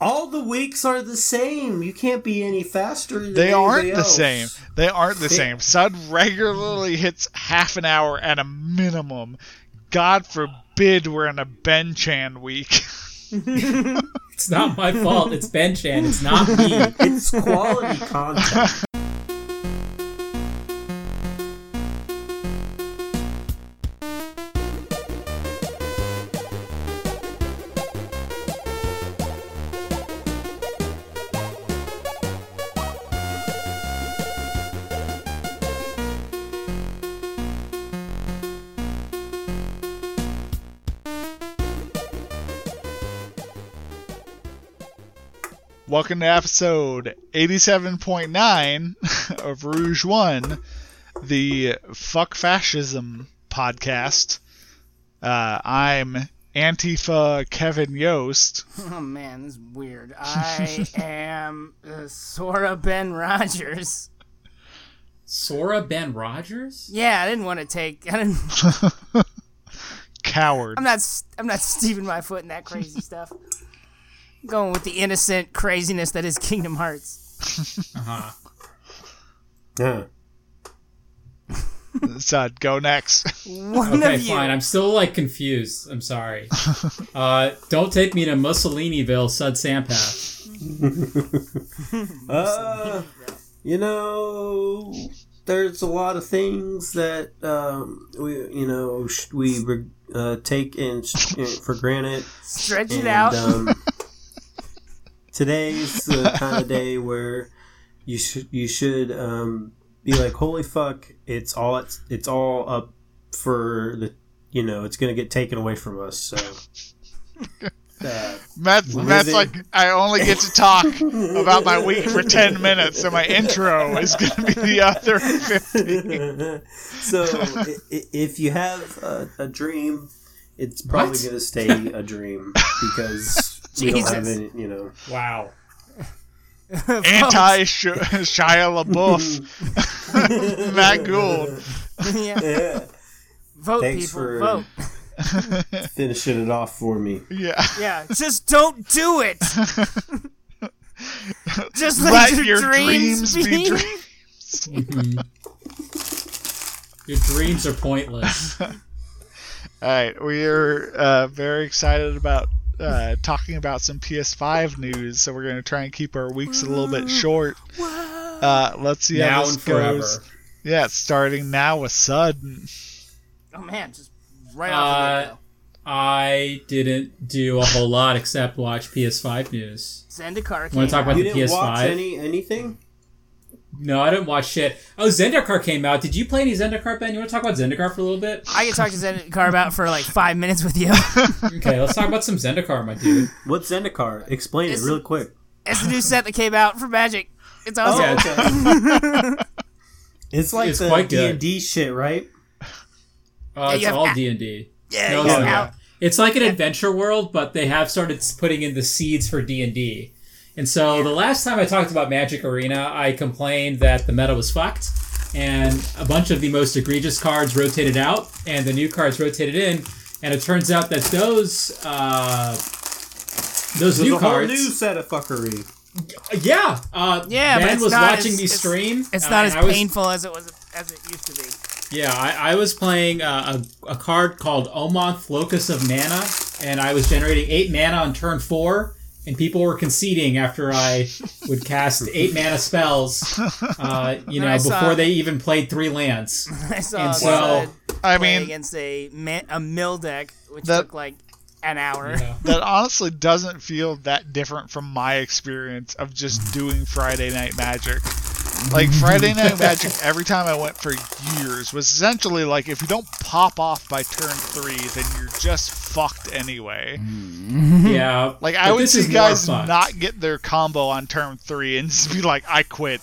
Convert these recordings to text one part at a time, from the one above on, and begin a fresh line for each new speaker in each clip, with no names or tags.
all the weeks are the same. You can't be any faster. Than
They aren't
anybody
the
else.
same. They aren't the
They-
same. Sud regularly hits half an hour at a minimum. God forbid we're in a Ben Chan week.
It's not my fault. It's Ben Chan. It's not me.
It's quality content.
Welcome to episode 87.9 of Rouge One, the Fuck Fascism podcast. Uh, I'm Antifa Kevin Yost.
Oh man, this is weird. I am uh, Sora Ben Rogers.
Sora Ben Rogers?
Yeah, I didn't want to take. I didn't,
Coward.
I'm not. s- I'm not steeping my foot in that crazy stuff. I'm going with the innocent craziness that is Kingdom Hearts.
Huh.
Sud, go next.
One
Okay,
of you.
fine. I'm still like confused. I'm sorry. Uh, don't take me to Mussoliniville, Sud Sampath.
Uh, you know, there's a lot of things that um, we, you know, sh- we re- uh, take in sh- in- for granted.
Stretch it
And,
out.
Um, today's the kind of day where you should you should um, be like, holy fuck! It's all it's, it's all up for the you know it's gonna get taken away from us. So. Uh,
Matt's, Matt's
it?
like, I only get to talk about my week for 10 minutes, so my intro is going to be the other 50.
so i- i- if you have a, a dream, it's probably
What?
going to stay a dream because we don't have
Jesus.
any, you know.
Wow.
Anti Shia LaBeouf, Matt Gould.
yeah.
Yeah.
Vote
Thanks
people.
for-
Vote.
Finishing it off for me.
Yeah.
Yeah. Just don't do it. Just let,
Let
your,
your
dreams,
dreams be
be.
dreams.
Mhm. Your dreams are pointless.
All right, we are uh, very excited about uh, talking about some PS5 news, so we're going to try and keep our weeks a little bit short. Uh, let's see how
now
this
and forever.
goes. Yeah, starting now with sudden.
oh man, just right off the
Uh,
get-go.
I didn't do a whole lot except watch PS5 news.
Zendikar.
wanna
came
talk
out.
about
You
the
didn't watch
PS5?
any anything?
No, I didn't watch shit. Oh, Zendikar came out. Did you play any Zendikar, Ben? You want to talk about Zendikar for a little bit?
I could talk to Zendikar about for like five minutes with you.
Okay, let's talk about some Zendikar, my dude.
What's Zendikar? Explain
It's-
it real quick.
It's the new set that came out for Magic. It's awesome.
Yeah. uh,
okay. it's like
It's
the
quite
D
good.
and D shit, right?
Uh,
you
it's
have
all
a-
D and D.
Yeah,
No,
you
it's
know,
not.
out.
It's like an adventure world, but they have started s- putting in the seeds for D and D. And so the last time I talked about Magic Arena, I complained that the meta was fucked, and a bunch of the most egregious cards rotated out, and the new cards rotated in. And it turns out that those uh, those
There's
new
a
cards,
whole new set of fuckery.
yeah, uh,
Yeah, but
Ben
it's
was
not
watching
as-
me
it's-
stream.
It's
uh,
not
and
as
I was-
painful as it was as it used to be.
Yeah, I, I was playing uh, a, a card called Omonth Locus of Mana, and I was generating eight mana on turn four, and people were conceding after I would cast eight mana spells, uh, you know,
I saw-
before they even played three lands.
I saw
And
a
so,
stud
I
play
mean,
against a mi- a mill deck, which
That-
took like an hour.
Yeah.
that honestly doesn't feel that different from my experience of just doing Friday Night Magic. Like Friday Night Magic, every time I went for years was essentially like if you don't pop off by turn three, then you're just fucked anyway.
Mhm.
yeah.
Like I
Mm. but
would
this is
see
more
guys
fun.
not get their combo on turn three and just be like, "I quit."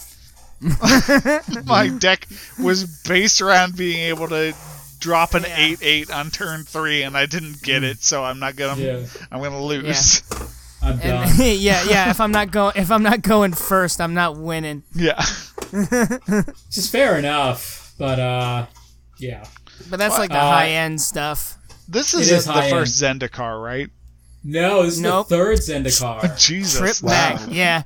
My deck was based around being able to drop an
Yeah.
eight eight on turn three, and I didn't get it, so I'm not gonna
Mm. Yeah.
I'm gonna lose.
I'm
And,
done.
yeah, yeah. If I'm not going, if I'm not going first, I'm not winning.
yeah.
Which is fair enough, but uh, yeah.
But that's like the
Uh,
high end stuff.
This
It
isn't
is
the
high-end.
first Zendikar, right?
No, this is
Nope.
the third Zendikar.
Jesus.
Trip
wow.
back. Yeah.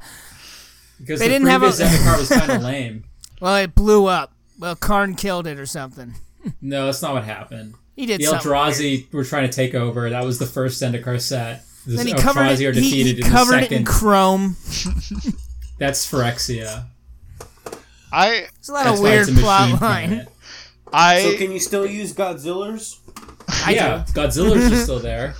Because
They
the
didn't have
previous
a-
Zendikar was kind of lame.
Well, it blew up. Well, Karn killed it or something.
No, that's not what happened.
He did
The
something. weird.
Eldrazi were trying to take over. That was the first Zendikar set. The
Then he
Eldrazi
covered it.
Oh, are
he-
defeated in
he
the
covered it
second.
in chrome.
that's Phyrexia.
I
It's a lot
That's
of
why
weird
it's a machine
plot line.
planet.
I
So can you still use Godzilla's?
Yeah, Godzilla's just still there.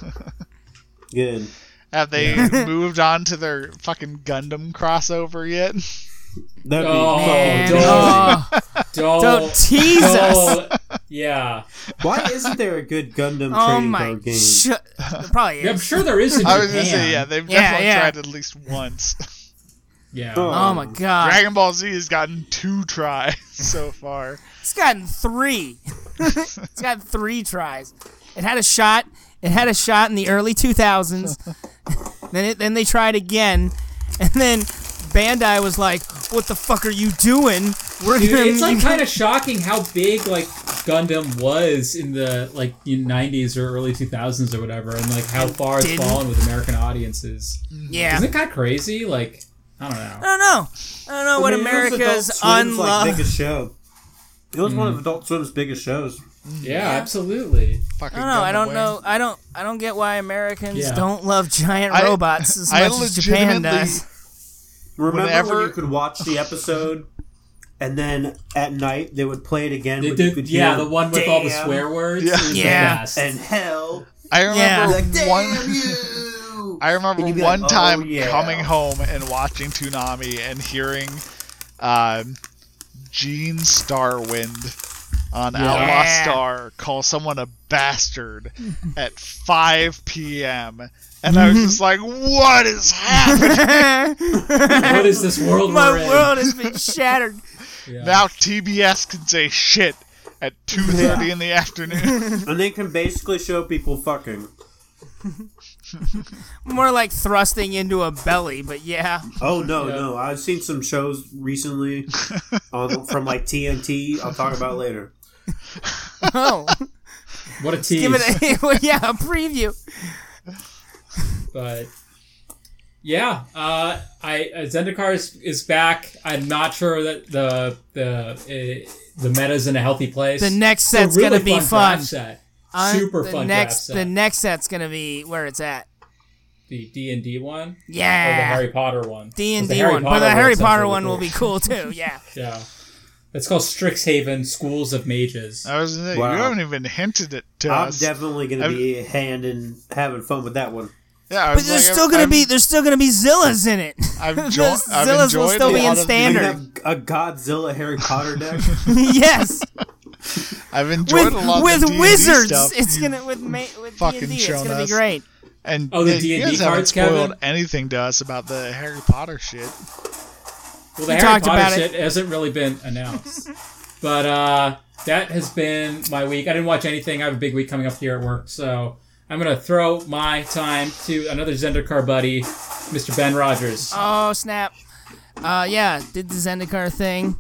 Good.
have they moved on to their fucking Gundam crossover yet?
That'd
Oh,
fucking
And,
don't. Oh.
dope.
oh,
Don't,
don't tease us.
don't- Yeah.
Why isn't there a good Gundam
Oh
trading
my.
card game?
Sh- probably
Yeah, I'm
is.
sure there is in
I
Japan.
was gonna say yeah, they've
Yeah,
definitely
yeah.
tried at least once.
Yeah.
Oh my god.
Dragon Ball Z has gotten two tries so far.
It's gotten three. it's got three tries. It had a shot. It had a shot in the early 2000s. then it, then they tried again, and then Bandai was like, "What the fuck are you doing? We're
Dude,
gonna
it's like kind of shocking how big like Gundam was in the like in 90s or early 2000s or whatever, and like how far it's
didn't.
fallen with American audiences.
yeah."
Isn't it kind of crazy? Like I don't know.
I don't know. I don't know what
I mean, it was
America's
Adult Swim's,
unloved.
Like, biggest show. It was
Mm.
one of Adult Swim's biggest shows.
Mm.
Yeah, absolutely.
Fucking
I don't know. I
Gundam
don't
Wing.
know. I don't. I don't get why Americans
Yeah.
don't love giant
I-
robots as
I
much as Japan
legitimately-
does.
Remember
Whenever-
when you could watch the episode, and then at night they would play it again.
They
but you
did,
could
yeah,
hear,
the one with all the
"Damn,"
swear words.
Yeah.
It was the
Yeah.
best.
and hell.
I remember
Like, damn
one.
you.
I remember
And you'd be
one
like, "Oh,
time
yeah."
coming home and watching Toonami and hearing um, Gene Starwind on Outlaw
Yeah.
Star call someone a bastard at 5 p.m. And I was
Mm-hmm.
just like, what is happening?
what is this world we're
My
in?
world has been shattered.
Yeah.
now TBS can say shit at 2.30 in the afternoon.
and they can basically show people fucking.
More like thrusting into a belly, but yeah.
Oh no,
Yeah.
no! I've seen some shows recently on, from like TNT. I'll talk about later.
Oh,
what a tease.
give it a well, yeah, a preview.
but yeah, uh, I uh, Zendikar is, is back. I'm not sure that the the uh, the meta's in a healthy place.
The next
It's a
set's
really
gonna be
draft
fun.
set.
Uh,
Super
the
fun draft
Next,
set.
the next set's gonna be where it's at.
the D and D one or the
Yeah,
Harry Potter one.
D and
The
D
Harry
one, but
Potter
the Harry
one's
Potter
actually
one will
cool.
be cool too. Yeah,
Yeah, it's called Strixhaven Schools of Mages.
I was like,
Wow.
you haven't even hinted it to
Uh,
I'm
us.
definitely gonna
I'm-
be handing having fun with that one.
yeah, I
but
was
there's
like,
still
I'm-
gonna
I'm-
be there's still gonna be Zillas in it.
I've, jo-
Those
I've
Zillas will
enjoyed
still
a
be in
lot of the-
You
standard.
have a Godzilla Harry Potter deck.
yes,
I've enjoyed
with
a lot
with
of the D&D
wizards,
stuff
it's
you've
gonna with ma- with D
fucking
and D, it's
shown
gonna
us.
be great.
And
Oh, the
they-
D&D
you guys haven't
cards,
spoiled
Kevin?
anything to us about the Harry Potter shit.
Well, the
We
Harry
talked
Potter
about it.
shit hasn't really been announced, but uh, that has been my week. I didn't watch anything. I have a big week coming up here at work, so I'm gonna throw my time to another Zendikar buddy, Mr. Ben Rogers.
Oh snap! Uh, yeah, did the Zendikar thing.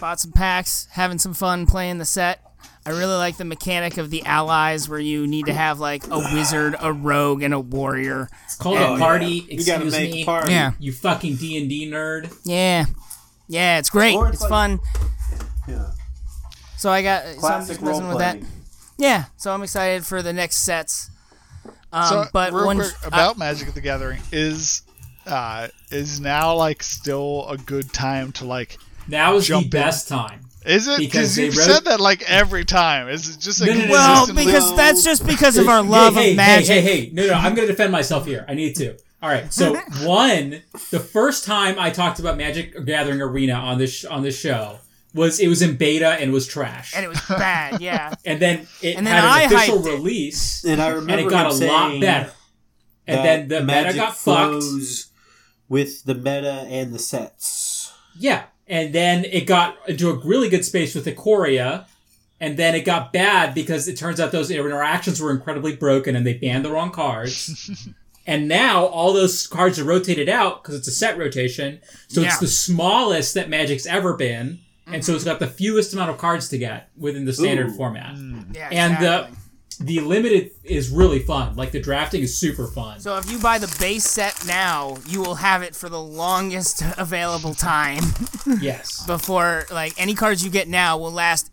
Bought some packs, having some fun playing the set. I really like the mechanic of the allies where you need to have like a wizard, a rogue, and a warrior.
It's called
Oh,
a party.
yeah. You
Excuse
gotta make
me.
party.
Yeah,
You fucking D and D nerd.
yeah, yeah. It's great.
Or
It's,
it's like-
fun.
Yeah.
So I got so I'm
Classic
just
role
messing with that.
playing.
Yeah. So I'm excited for the next sets. Um,
So,
but
real
one
quick about Magic the Gathering is uh, is now like still a good time to like.
Now is
Jump
the
in.
best time.
Is it?
Because
Because
they
you've
wrote-
said that like every time. Is it just like
No, no, no, no,
well,
consistently-
because that's just because of our love
hey, hey,
of magic.
Hey, hey, hey, no, no, I'm gonna defend myself here. I need to. All right, so one, the first time I talked about Magic Gathering Arena on this on this show was it was in beta and was trash,
And it was bad. Yeah.
and then it
and then
had
I
an official
hyped it.
release,
And I
and
remember
it got
him
a lot
saying
better. And
that
then the meta
magic
got fucked.
flows with the meta and the sets.
Yeah, and then it got into a really good space with Ikoria, and then it got bad because it turns out those interactions were incredibly broken, and they banned the wrong cards. and now all those cards are rotated out because it's a set rotation, so
Yeah. Mm-hmm.
it's the smallest that Magic's ever been, and so it's got the fewest amount of cards to get within the standard
Ooh.
format.
Yeah,
And, uh,
Mm, exactly.
the limited is really fun. Like the drafting is super fun.
So if you buy the base set now, you will have it for the longest available time
yes.
before like any cards you get now will last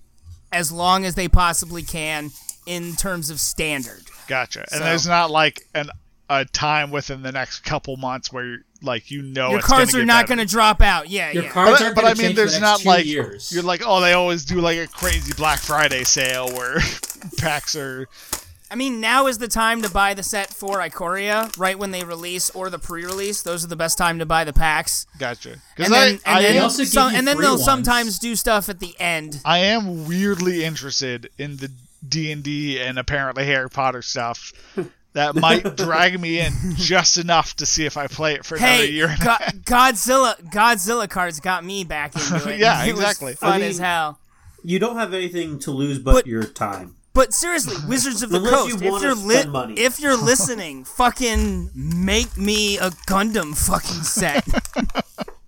as long as they possibly can in terms of standard.
Oh,
Gotcha. And
So-
there's not like an a time within the next couple months where you're, like you know
Your
it's
cards
gonna
are
get
not
better.
going to drop out. Yeah,
Your
yeah.
cards
But,
aren't
but
going
I
to
mean,
change for the
there's
next
not
two
like
years.
you're like, oh, they always do like a crazy Black Friday sale where packs are.
I mean, now is the time to buy the set for Icoria, right when they release or the pre-release. Those are the best time to buy the packs.
Gotcha. Because
And
I,
then, and
I,
then,
am,
also give
some-
you
and then
free
they'll
ones.
sometimes do stuff at the end.
I am weirdly interested in the D and D and apparently Harry Potter stuff. That might drag me in just enough to see if I play it for another
Hey,
year. and a
Go- Godzilla Godzilla cards got me back into it.
Yeah,
It was
exactly. I
fun
mean-
as hell.
You don't have anything to lose but,
But-
your time.
But seriously, Wizards of the
Unless
Coast,
you
if
wanna
you're
spend money.
if you're listening, fucking make me a Gundam fucking set.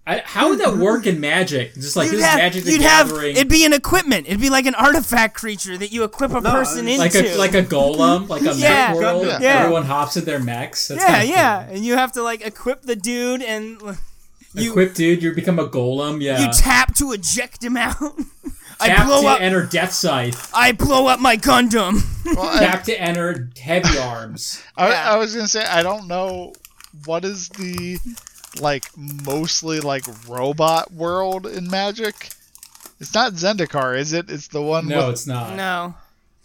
I, how would that work in Magic? Just like
you'd
this
have,
Magic the
you'd have
Gathering,
it'd be an equipment. It'd be like an artifact creature that you equip a
No,
person
it's
into.
like a like a golem, like a
Yeah.
mech world.
Yeah.
Yeah.
Everyone hops in their mechs. That's
yeah,
kinda
yeah,
cool.
and you have to like equip the dude and like, you
Equip, dude, you become a golem. Yeah.
you tap to eject him out. I
Tap
blow
to
up.
enter Death Scythe.
I blow up my Gundam.
half. Well, I-
Tap to enter Heavy Arms.
I,
Yeah.
I was gonna say I don't know what is the like mostly like robot world in Magic. It's not Zendikar, is it? It's the one.
No,
with,
it's not.
No,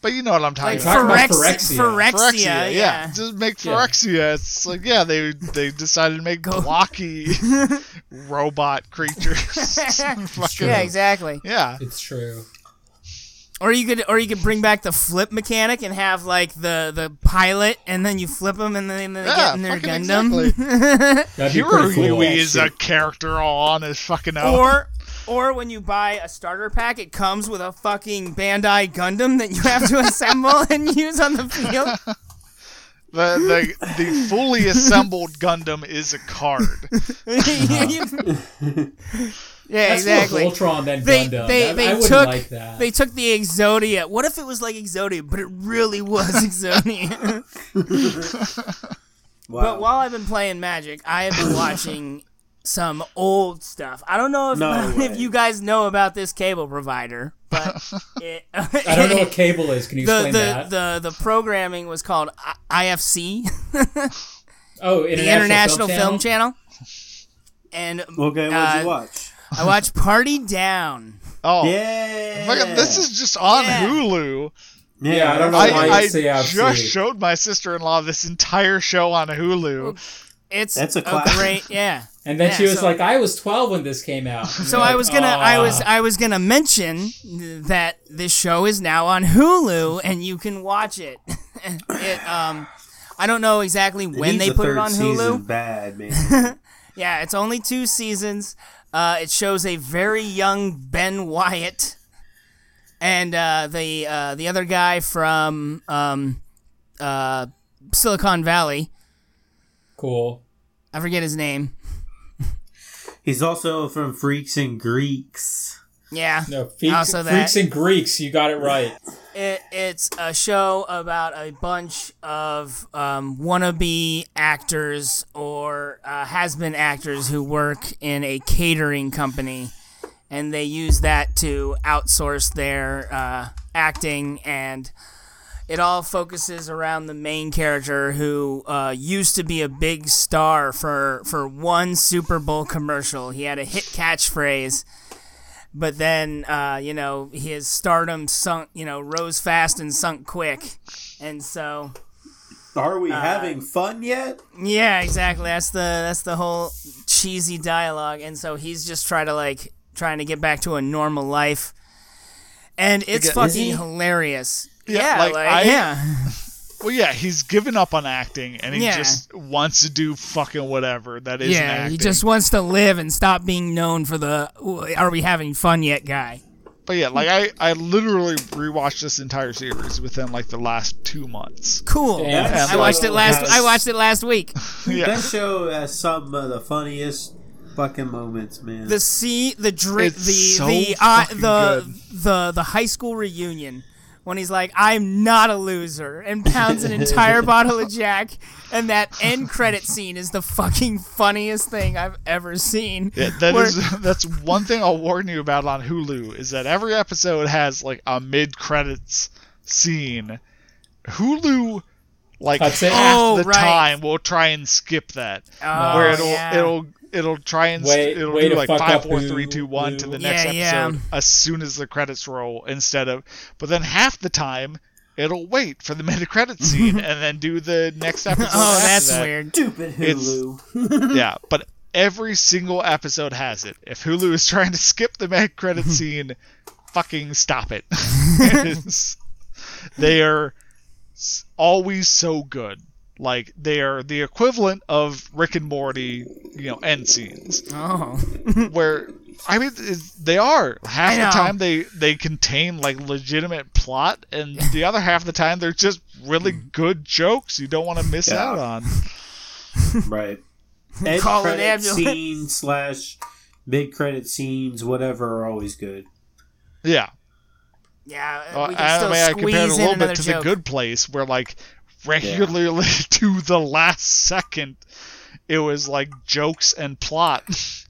but you know what I'm talking
like
about.
talking about
Phyrex- Phyrexia.
Phyrexia.
Phyrexia,
yeah.
Just make
Yeah.
Phyrexia. It's like yeah, they they decided to make
Go-
blocky robot creatures. Fucking-
Yeah, exactly.
yeah.
It's true.
Or you could, or you could bring back the flip mechanic and have like the the pilot, and then you flip them, and then they
Yeah,
get in their
fucking
Gundam.
exactly.
That'd be
Hiro
pretty cool.
Yui is a character all on his fucking
Oh.
own.
Or, or when you buy a starter pack, it comes with a fucking Bandai Gundam that you have to assemble and use on the field.
The, the the fully assembled Gundam is a card.
yeah,
That's more
exactly.
Voltron than
They
Gundam.
they,
That-
they
I wouldn't
took
like that.
they took the Exodia. What if it was like Exodia, but it really was Exodia?
Wow.
but while I've been playing Magic, I have been watching some old stuff. I don't know if,
No
if
way.
you guys know about this cable provider, but it,
I don't know what cable is. Can you
the
explain
the,
that?
the the programming was called I- IFC,
oh,
the
international,
International
film,
Film
Channel.
Channel. And
okay, what'd
uh,
you watch?
I watched Party Down.
Oh,
Yeah.
Fucking, this is just on
Yeah.
Hulu.
Yeah, I
Oh,
don't know
I,
why
I
it's AFC.
just showed my sister-in-law this entire show on Hulu.
It's
That's a classic.
great yeah.
And then
Yeah,
she was
so-
like, "I was 12 when this came out."
So I was gonna, I was, I was gonna mention that this show is now on Hulu and you can watch it. it, um, I don't know exactly when
needs
they
a
put it
third
on Hulu.
season bad man.
Yeah, it's only two seasons. Uh, it shows a very young Ben Wyatt and uh, the uh, the other guy from um, uh, Silicon Valley.
cool.
I forget his name.
He's also from Freaks and Greeks.
Yeah.
No, Freaks,
Also that-
Freaks and Greeks. You got it right.
It, it's a show about a bunch of um, wannabe actors or uh, has been actors who work in a catering company, and they use that to outsource their uh, acting. And it all focuses around the main character who uh, used to be a big star for for one Super Bowl commercial. He had a hit catchphrase but then uh, you know his stardom sunk you know rose fast and sunk quick and so
Are we having fun yet?
yeah exactly that's the that's the whole cheesy dialogue and so he's just trying to like trying to get back to a normal life and it's
Again,
is he?
fucking hilarious
Yeah,
yeah,
like,
like,
I-
yeah
Well, yeah, he's given up on acting and he
Yeah.
just wants to do fucking whatever that is.
yeah
acting.
he just wants to live and stop being known for the are we having fun yet guy
But yeah, like I, I literally rewatched this entire series within like the last two months.
cool
Yeah.
Yeah.
i watched it last
Yes.
i watched it last week
Yeah,
That show has some of the funniest fucking moments, man.
the sea the drink
It's
the
so
the uh,
fucking
the
good.
the the high school reunion when he's like, "I'm not a loser," and pounds an entire bottle of Jack, and that end credit scene is the fucking funniest thing I've ever seen.
Yeah, that
Where-
is- that's one thing I'll warn you about on Hulu is that every episode has like a mid credits scene. Hulu like
Cuts it?
half
Oh,
the
right.
time will try and skip that.
Oh,
where it'll
yeah.
it'll it'll try and
Way-
it it'll
way
do
to
like
fuck
five
up
four three two one
Hulu.
to the next
Yeah, yeah.
episode as soon as the credits roll instead of but then half the time it'll wait for the mid credits scene and then do the next episode.
oh,
after
that's
that.
weird.
Stupid Hulu.
Yeah, but every single episode has it. If Hulu is trying to skip the mid credit scene, fucking stop it. It's- they are s- always so good. Like they are the equivalent of Rick and Morty, you know, end scenes
Oh,
where I mean it's- they are half
I
the
know.
time they they contain like legitimate plot, and the other half the time they're just really good jokes you don't want to miss
Yeah.
out on.
Right. End
Call an
credit
ambulance.
scene slash mid credit scenes, whatever, are always good.
Yeah.
yeah.
Well,
we
Uh, I,
can still
mean, I
squeeze
compared it a
in
little
another
bit to the
joke.
good place where like regularly to the last second it was like jokes and plot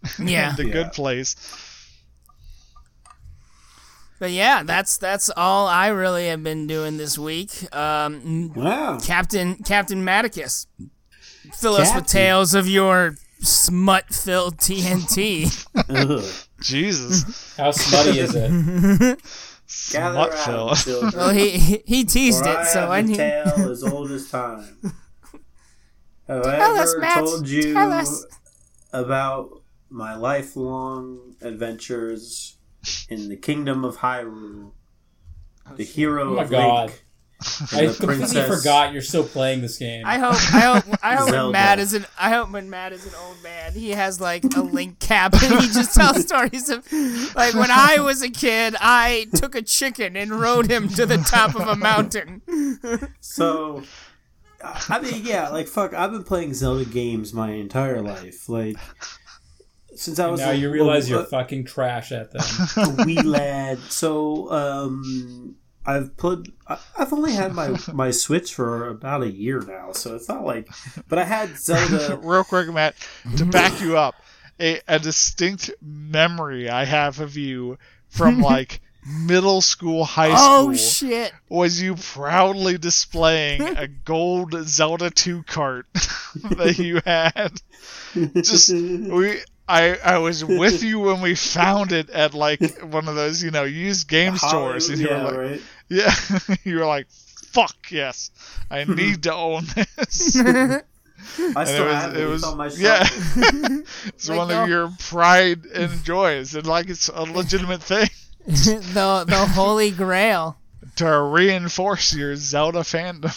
Yeah.
the
Yeah.
good place
But yeah, that's that's all I really have been doing this week. Um,
Wow.
Captain Captain Maticus, fill us
Captain.
with tales of your smut-filled TNT.
Ugh.
jesus
How smutty is it?
smut fill
well, he he- he teased
For I
it, so
have
I
a
knew.
tale as old as time. Have
Tell
I
us,
ever
Matt.
told you
Tell us.
about my lifelong adventures in the kingdom of Hyrule? The hero
Oh my
of
God.
Link.
I
and the
completely
princess-
forgot you're still playing this game.
I hope I hope I hope when
Zelda.
Matt is an I hope when Matt is an old man, he has like a link cap and he just tells stories of like when I was a kid, I took a chicken and rode him to the top of a mountain.
So, I I mean, yeah, like fuck, I've been playing Zelda games my entire life, like since I was
now
a-
you realize
a-
you're fucking trash at them.
a wee lad. So um, I've put. I- I've only had my my Switch for about a year now, so it's not like. But I had Zelda.
real quick matt to back you up a, a distinct memory i have of you from like middle school high school
Oh shit.
was you proudly displaying a gold Zelda 2 cart that you had. Just we I I was with you when we found it at like one of those, you know, used game stores and you
yeah,
were like
right.
Yeah, you were like fuck yes. I need to own this.
I
And
still have it.
it
It's
was,
on my oh. shelf.
yeah. it's
Like,
one
no.
of your pride and joys, and like it's a legitimate thing
the the holy grail.
to reinforce your Zelda fandom.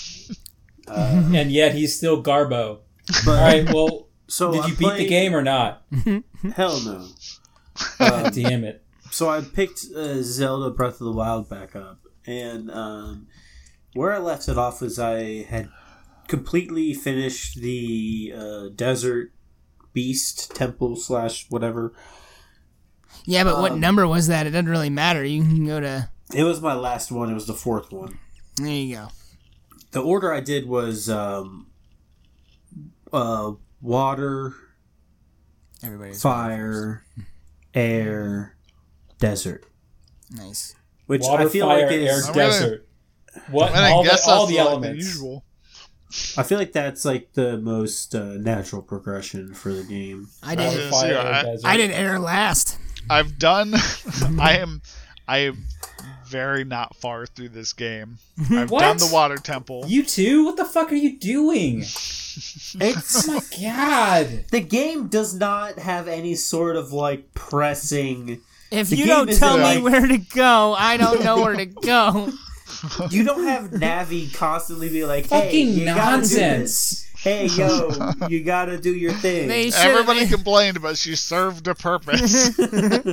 and yet he's still Garbo.
But,
All right, well,
so
did
I
you beat
played-
the game or not?
Hell no. Um,
God damn it.
So I picked uh, Zelda Breath of the Wild back up, and um, where I left it off was I had completely finished the uh, desert beast temple slash whatever
Yeah, but what number was that? It doesn't really matter. You can go to
It was my last one. It was the fourth one.
there you go.
The order I did was um, uh, water,
Everybody's
fire, air, desert.
nice.
Which
Water,
I feel
fire,
like
air,
is
I'm gonna-
desert. What?
And I
all the,
guess
all
that's
the
like
elements.
usual.
I feel like that's like the most uh, natural progression for the game.
I
Water,
did
Yeah,
fire,
yeah,
air,
I-
desert.
I did air last.
I've done. I am. I am very not far through this game. I've
What?
done the water temple.
You too? What the fuck are you doing?
It's
Oh my god.
the game does not have any sort of like pressing.
If
The
you
game
don't
isn't
tell me
like-
where to go, I don't know where to go.
You don't have Navi constantly be like, "Hey,
Fucking
you gotta do this.
nonsense.
Hey, yo, you gotta do your thing."
They should.
Everybody complained, but she served a purpose,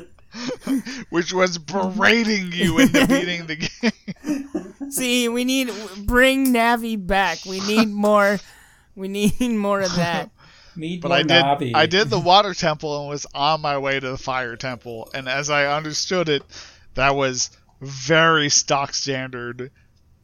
which was berating you into beating the game.
See, we need bring Navi back. We need more. We need more of that.
Need
But
more
I did.
Navi.
I did the water temple and was on my way to the fire temple. And as I understood it, that was very stock standard.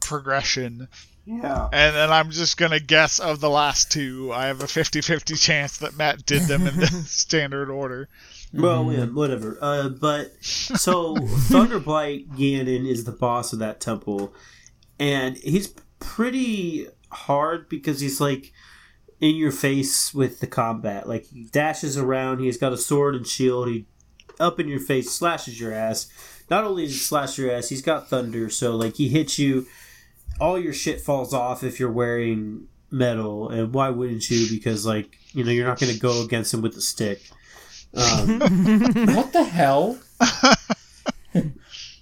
progression.
Yeah.
And then I'm just going to guess of the last two. I have a 50 50 chance that Matt did them in the standard order.
Well, yeah, whatever. Uh, but so Thunderblight Ganon is the boss of that temple, and he's pretty hard because he's like in your face with the combat. Like he dashes around. He's got a sword and shield. He up in your face slashes your ass. Not only does he slash your ass, he's got thunder. So like he hits you, all your shit falls off if you're wearing metal. And why wouldn't you? Because like you know you're not going to go against him with the stick. Um,
What the hell?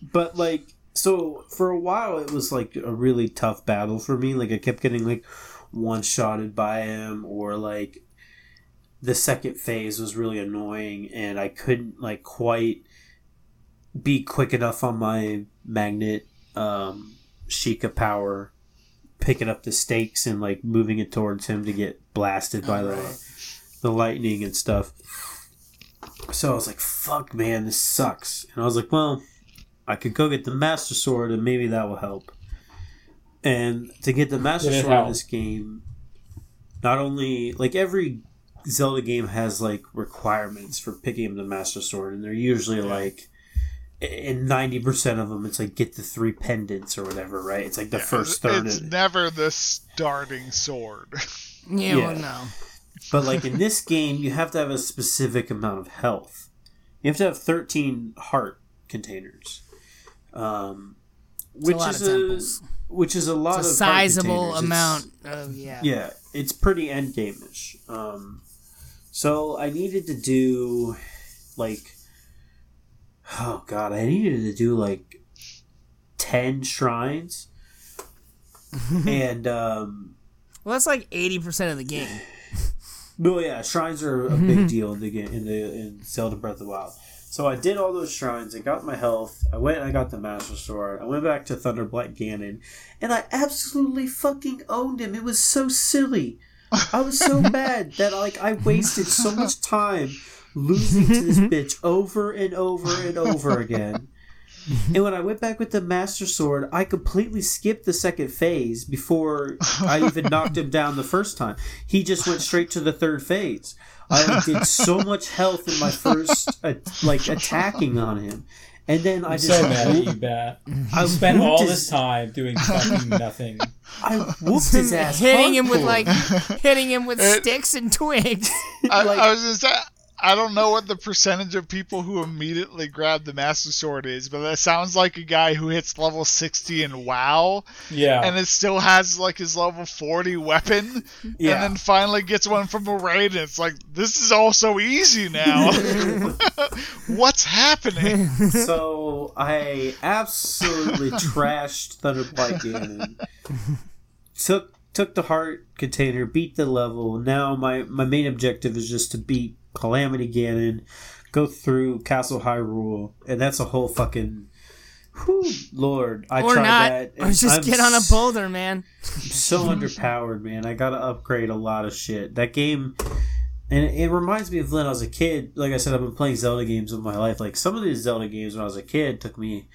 but like so for a while it was like a really tough battle for me like i kept getting like one shotted by him or like the second phase was really annoying and i couldn't like quite be quick enough on my magnet um shika power picking up the stakes and like moving it towards him to get blasted by the the lightning and stuff so i was like fuck man this sucks and i was like well I could go get the Master Sword and maybe that will help. And to get the Master
Did it
Sword in
help?
this game, not only like every Zelda game has like requirements for picking up the Master Sword, and they're usually like in ninety percent of them, it's like get the three pendants or whatever, right? It's like the first
It's-
third.
It's
of-
never the starting sword.
Yeah,
Yeah.
well, no.
But like in this game, you have to have a specific amount of health. You have to have thirteen heart containers, um,
a
which
lot
is
of temples.
a which is a lot
It's a
of heart
sizable
containers. It's-
amount of yeah.
yeah, it's pretty end game-ish. Um, so I needed to do like oh god, I needed to do like ten shrines, and um,
Well, that's like eighty percent of the game.
Well, yeah, shrines are a big deal in the game, in the in Zelda Breath of the Wild. So I did all those shrines. I got my health. I went. and I got the Master Sword. I went back to Thunderblight Ganon, and I absolutely fucking owned him. It was so silly. I was so mad that like I wasted so much time losing to this bitch over and over and over again. And when I went back with the Master Sword, I completely skipped the second phase before I even knocked him down the first time. He just went straight to the third phase. I did so much health in my first uh, like attacking on him, and then I
I'm
just
so mad at you, Bat.
I
Spent
whooped
all
his-
this time doing fucking nothing.
I whooped his ass,
hitting him with
hardcore.
like hitting him with
It-
sticks and twigs.
I,
Like-
I was just I don't know what the percentage of people who immediately grab the Master Sword is, but that sounds like a guy who hits level 60 in WoW
Yeah.
and it still has like his level 40 weapon,
Yeah.
and then finally gets one from a raid, and it's like this is all so easy now. What's happening?
so I absolutely trashed Thunderblight Ganon. Took took the heart container, beat the level. Now my my main objective is just to beat Calamity Ganon, go through Castle Hyrule, and that's a whole fucking. Whew, Lord, I
or
tried
not.
that.
Or
and
just
I'm
get on a
s-
boulder, man.
so underpowered, man. I gotta upgrade a lot of shit. That game, and it, it reminds me of when I was a kid. Like I said, I've been playing Zelda games of my life. Like some of these Zelda games when I was a kid took me,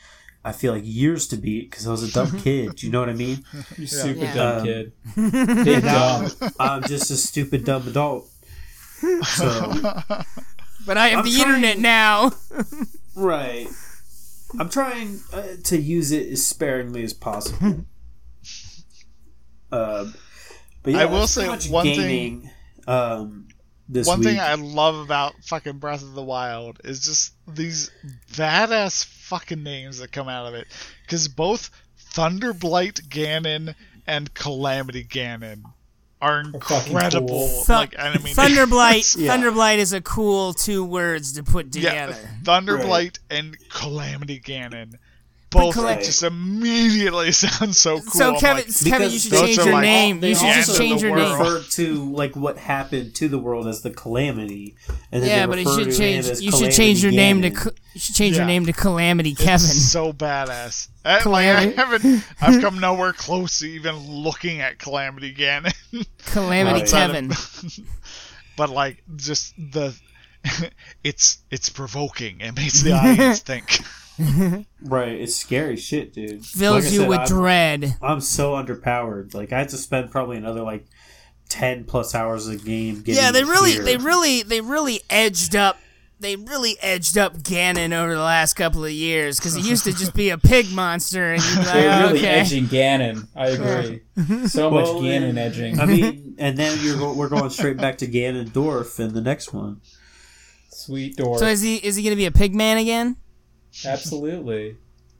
I feel like years to beat because I was a dumb kid. You know what I mean?
you stupid
Yeah.
dumb
Um,
kid. Big dumb.
I'm just a stupid dumb adult. So
But I
I'm
have the
trying-
internet now.
right, I'm trying uh, to use it as sparingly as possible. Um, but yeah,
I will
that's
say
pretty much
one thing-
gaming, Um, this
One thing
week.
I love about fucking Breath of the Wild is just these badass fucking names that come out of it. Because both Thunderblight Ganon and Calamity Ganon are
fucking
incredible.
cool.
Thu-
like enemy
Thunderblight.
Yeah.
Thunderblight is a cool two words to put
names.
together.
Yeah, Thunderblight
Right.
and Calamity Ganon. Both
Calam-
just immediately sound so cool.
So
I'm
Kevin,
like,
Kevin,
because
you should
those
change
are
your
like-
name.
They
You should
also
just change your name.
refer to like what happened to the world as the calamity, and then
Yeah,
they
but you
refer
should
to
change.
him as
You should
Calamity
change your name to.
Ganon.
Ca- You should change your
Yeah.
name to Calamity Kevin.
so badass. That- like, I
Calamity.
haven't. I've come nowhere close to even looking at Calamity Ganon.
Calamity
Right.
Kevin.
but like just the it's it's provoking it makes the audience think
Right, it's scary shit, dude.
Fills
Like I
you
said,
with
I'm,
dread.
I'm so underpowered. Like I have to spend probably another like ten plus hours a game. Getting
Yeah, they really,
here.
they really, they really edged up. They really edged up Ganon over the last couple of years because he used to just be a pig monster, and you'd be
They're
like,
really
okay,
edging Ganon. I agree. So much
Well,
Ganon
and-
edging.
I mean, and then you're go- we're going straight back to Ganondorf in the next one.
Sweet door.
so is he is he gonna be a pig man again?
Absolutely.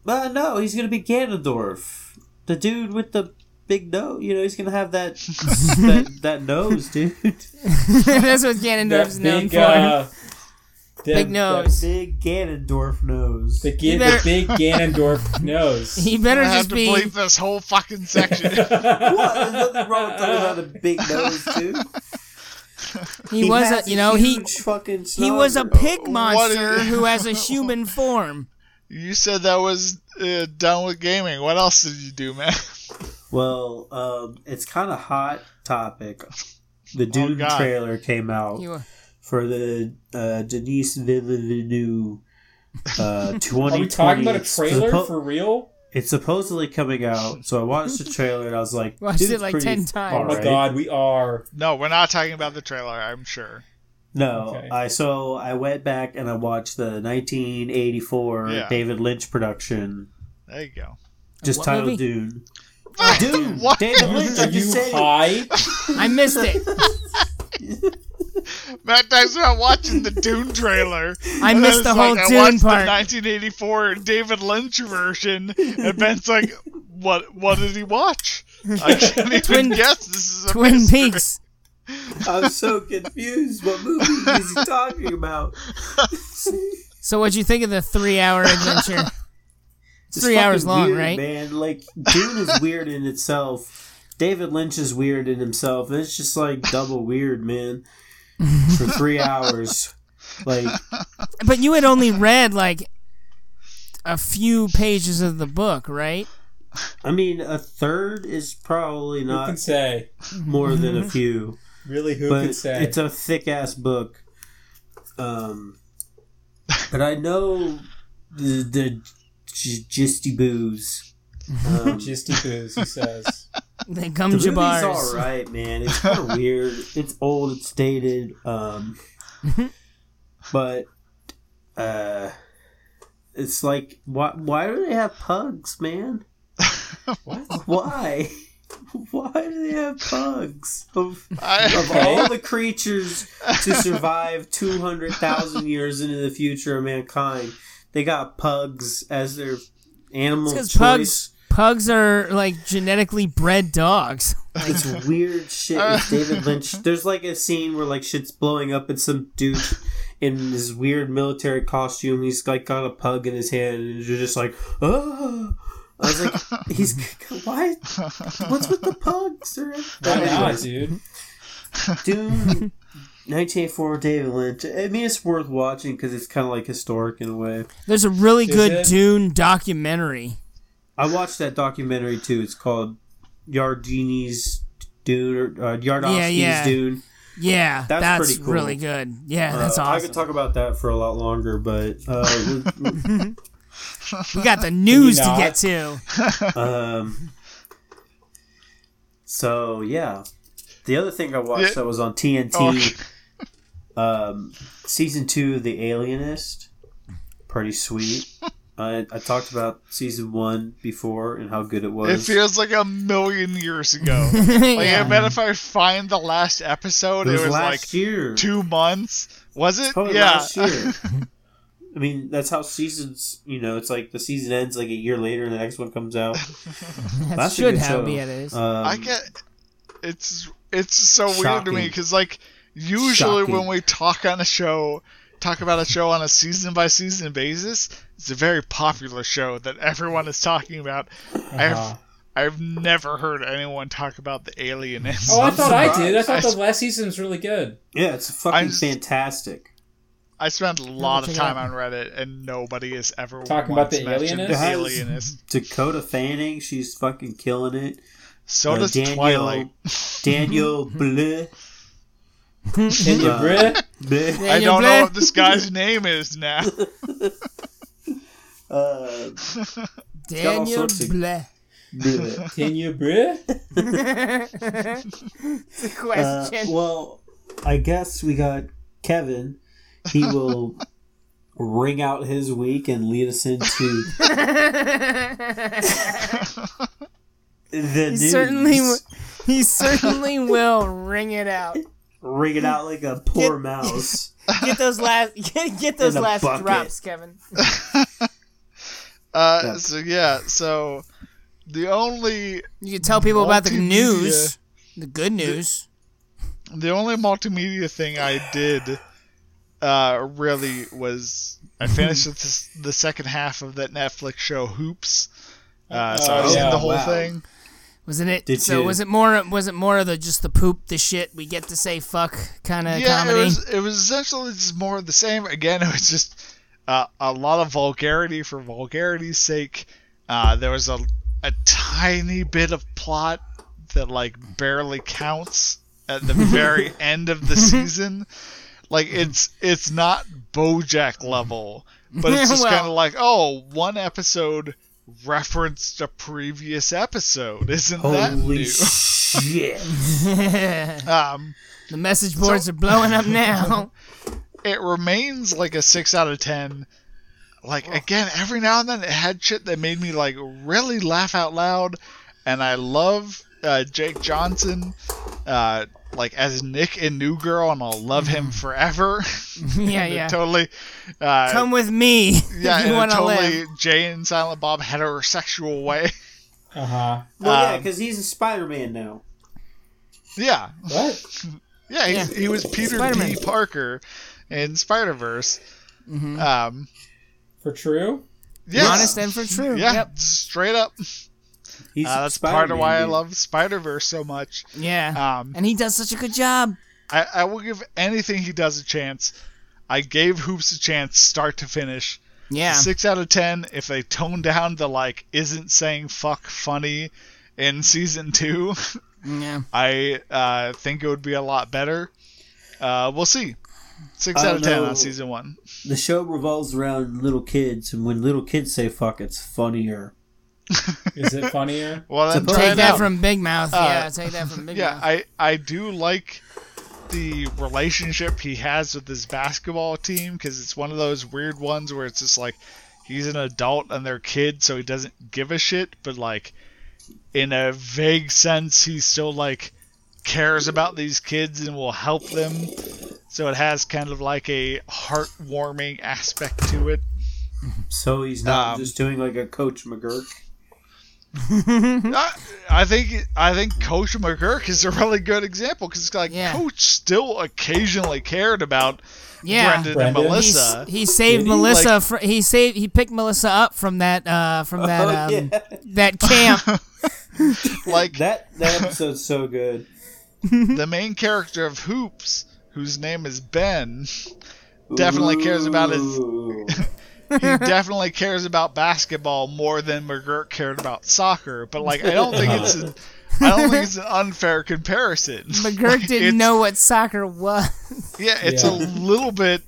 Uh, no, he's gonna be Ganondorf, the dude with the big nose. You know, he's gonna have that that, that nose, dude.
That's what Ganondorf's
That
known
big,
for.
uh, that-
Big
that-
nose.
Big Ganondorf nose.
The, gi- the
You better-
big Ganondorf nose.
he better
I have
just
to
be.
bleep this whole fucking section.
what? There's nothing wrong with talking about a big nose, dude.
He, was a,
has
you know, he
huge fucking.
he was a
snarl.
pig monster
is-
who has a human form.
you said that was uh, done with gaming. What else did you do, man?
Well, um, it's kind of hot topic.
Oh,
The Doom
God.
trailer came out
You-
for the uh, Denise Villeneuve uh, 2020.
Are we talking about a trailer
suppo-
for real?
It's supposedly coming out, so I watched the trailer and I was like,
Watched
"Dude's
it, like,
pretty
10 times.
all
Oh my
right."
god, we are.
No, we're not talking about the trailer. I'm sure.
No,
Okay.
I so I went back and I watched the 1984
Yeah.
David Lynch production,
There you go.
just
What
titled
movie?
Dune.
Fuck,
Dune,
what?
David Lynch.
Are
I'm
you
just saying.
high?
I missed it.
Matt talks about watching the Dune trailer.
I
And
missed
it's
the whole
like, I
Dune
watched
part.
The 1984 David Lynch version, and Ben's like, "What? What did he watch? I can't even
Twin-
guess. This is a
Twin
mystery."
Peaks.
I'm so confused. What movie is he talking about?
So what'd you think of the three-hour adventure? It's three
fucking
hours long,
weird,
right?
Man, like Dune is weird in itself. David Lynch is weird in himself. And it's just like double weird, man. For three hours, like
But you had only read like a few pages of the book, right?
I mean, a third is probably
Who can
not
say?
more than a few,
Really, who
but
can say?
it's a thick ass book. Um, but I know the the g- gisty booze. Um,
Jisty Booze, he says.
The
The
gum
movie's
jabars.
all right, man. It's kind of weird. It's old. It's dated. Um, but uh, it's like why? Why do they have pugs, man?
What?
Why? Why do they have pugs? Of,
I,
of all the creatures to survive two hundred thousand years into the future of mankind, they got pugs as their animal
It's 'cause
choice.
pugs- Pugs are like genetically bred dogs.
It's weird shit with
Uh.
David Lynch. There's like a scene where like shit's blowing up and some dude in this weird military costume, he's like got a pug in his hand and you're just like, oh. I was like, he's why? What's with the pugs? sir?
Why not, dude?
Doom, 1984, David Lynch. I mean, it's worth watching because it's kind of like historic in a way.
There's a really
Is
good
it?
Dune documentary.
I watched that documentary too. It's called Yardini's Dune or uh, Yardowski's
yeah.
Dune.
Yeah, that's,
That's pretty cool.
really good. Yeah, that's
Uh,
awesome.
I could talk about that for a lot longer, but uh, with-
we got the news to
not?
get to.
um, so yeah. The other thing I watched
Yeah. Oh,
that was on TNT, um, season two of The Alienist, pretty sweet. I, I talked about season one before and how good it
it
was.
feels like a million years ago. Like, I bet if I find the last episode,
it was,
it was like
last year,
two months. Was it?
probably
yeah.
Oh, last year. I mean, that's how seasons. You know, it's like the season ends like a year later, and the next one comes out.
that
That's a
should
good
have
show.
be it is.
Um,
I get it's it's so weird to me
Shocking.
because like usually
Shocking.
when we talk on a show, talk about a show on a season by season basis, it's a very popular show that everyone is talking about.
Uh-huh.
I've I've never heard anyone talk about the alienist.
Oh, I
I'm
thought I did. I
surprised.
thought
I-
the last season was really good.
Yeah, it's fucking
I'm s-
fantastic.
I spent a lot of
check it
time
out.
on Reddit and nobody has ever
Talking
once
about the
mentioned
alienist?
the
It has-
alienist.
Dakota Fanning, she's fucking killing it.
So
Uh,
does
Daniel,
Twilight.
Daniel Bleh,
Can you,
Uh,
Brit?
Bleh.
I
Daniel
don't know
Blake.
what this guy's name is now.
Uh, got all
Daniel
sorts of-
Bleh.
do it.
Can you, bruh?
It's a
Uh,
question.
well, I guess we got Kevin. He will ring out his week and lead us into the
he
news.
certainly, w- he certainly will ring it out.
ring it out like a poor
Get-
mouse.
Get those last, get, get those
In a
last
bucket.
drops, Kevin.
Uh,
Yeah.
So yeah, so the only
You can tell people about the
Multimedia.
news, the good news.
the only multimedia thing I did uh, really was I finished with this, the second half of that Netflix show Hoops. Uh, so I've
Oh,
seen
yeah,
the whole
wow.
thing.
Wasn't it?
Did
so
you-
was it more? Was it more of the just the poop, the shit we get to say fuck kind of
yeah,
comedy?
it was it was essentially just more of the same. Again, it was just uh, a lot of vulgarity for vulgarity's sake. Uh, there was a a tiny bit of plot that like barely counts at the very end of the season. Like it's it's not BoJack level, but it's just
Well-
kind of like oh, one episode referenced a previous episode. Isn't that
Holy
new?
shit!
um,
the message boards are blowing up now.
it remains like a six out of ten. Like again, every now and then it had shit that made me like really laugh out loud, and I love uh, Jake Johnson, uh, like as Nick in New Girl, and I'll love him forever.
yeah, Mm-hmm. yeah.
totally. Uh,
Come with me
yeah,
if
in a
you want to
totally
live.
Jay and Silent Bob heterosexual way.
Uh
Uh-huh.
huh.
Well, yeah,
Um,
because he's a Spider-Man now.
yeah,
What?
yeah, he's, he was Peter
Spider-Man.
D. Parker in Spider Verse. Um,
For true?
yeah,
Mm-hmm. Honest and for true.
yeah,
Yep.
straight up.
He's
Uh, that's
Spider-Man,
part of why I
dude.
love Spider Verse so much.
Yeah.
Um,
and he does such a good job.
I, I will give anything he does a chance. I gave Hoops a chance, start to finish.
Yeah.
Six out of ten. If they tone down the like, isn't saying fuck funny in season two,
Yeah.
I uh, think it would be a lot better. Uh, we'll see. Six
I
out of ten
know.
on season one.
The show revolves around little kids, and when little kids say "fuck," it's funnier.
Is it funnier?
Well, then
Supposed-
try
Take
it
that
out.
from Big Mouth. yeah, take that from Big
Uh, Yeah,
Mouth.
I I do like the relationship he has with his basketball team because it's one of those weird ones where it's just like he's an adult and they're kids, so he doesn't give a shit, but like in a vague sense, he still like cares about these kids and will help them. So it has kind of like a heartwarming aspect to it.
So he's not
Um,
just doing like a Coach McGurk.
I, I think I think Coach McGurk is a really good example because it's like
Yeah.
Coach still occasionally cared about
yeah.
Brendan,
Brendan.
and
He's-
Melissa.
he saved
Did he?
Melissa.
Like-
fr- he saved. He picked Melissa up from that. Uh, from that.
Oh,
um,
yeah.
That camp.
Like
That that episode's so good.
the main character of Hoops, whose name is Ben, definitely cares about his.
Ooh.
He definitely cares about basketball more than McGurk cared about soccer. But like, I don't think it's an, I don't think it's an unfair comparison.
McGurk
it's-
didn't know what soccer was.
Yeah, it's
Yeah.
a little bit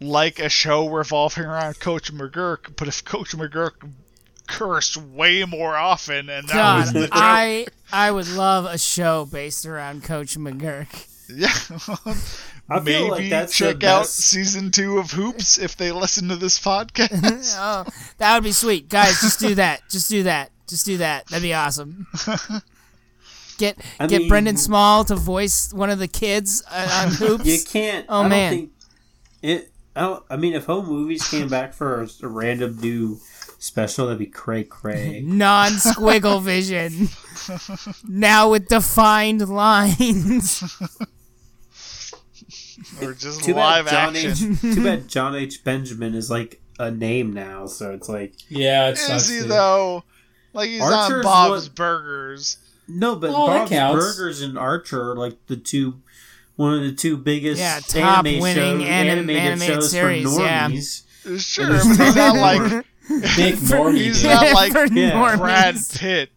like a show revolving around Coach McGurk, but if Coach McGurk cursed way more often, and that was
God,
the
I I would love a show based around Coach McGurk.
yeah,
I feel
maybe
like that's the
check out
best-
season two of Hoops if they listen to this podcast.
Oh, that would be sweet, guys. Just do that. Just do that. Just do that. That'd be awesome. Get
I
get
mean-
Brendan Small to voice one of the kids uh, on
You
hoops.
can't.
Oh,
I don't
man.
Think it. I, don't, I mean, if home movies came back for a, a random new special, that'd be cray cray.
Non squiggle vision. now with defined lines.
or just
Too
live
bad John
action.
H. Too bad John H. Benjamin is like a name now, so it's like
Yeah, it
Is
sucks.
he
dude.
though? Like he's on
Archer's
Bob's
what-
Burgers.
no, but
Oh, that
Bob's
counts.
Burgers and Archer are like the two, one of the two biggest
Yeah, top
anime
winning
shows,
anim-
animated,
animated
shows
series,
for
yeah.
normies.
Sure, but he's not like
Big Normie,
he's
dude.
not like
For
Yeah.
normies.
Brad Pitt.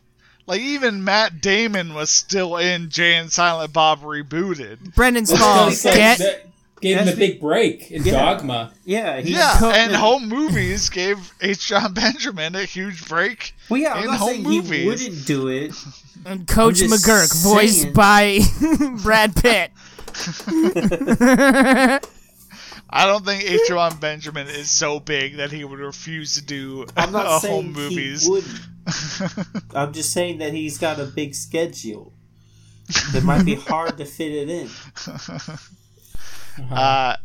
Like even Matt Damon was still in Jay and Silent Bob rebooted.
Brendan
It's
Small,
just like
get
that- Gave him a
That's be-
big break in Dogma.
Yeah, he-
Yeah,
Co-
and home movies gave H. John Benjamin a huge break.
Well, yeah, I'm
in
not
home
saying
movies.
he wouldn't do it.
And Coach
I'm just
McGurk, voiced
saying.
by Brad Pitt.
I don't think H. John Benjamin is so big that he would refuse to do
I'm not
a
saying
home movies.
he wouldn't. I'm just saying that he's got a big schedule. It might be hard to fit it in.
Uh,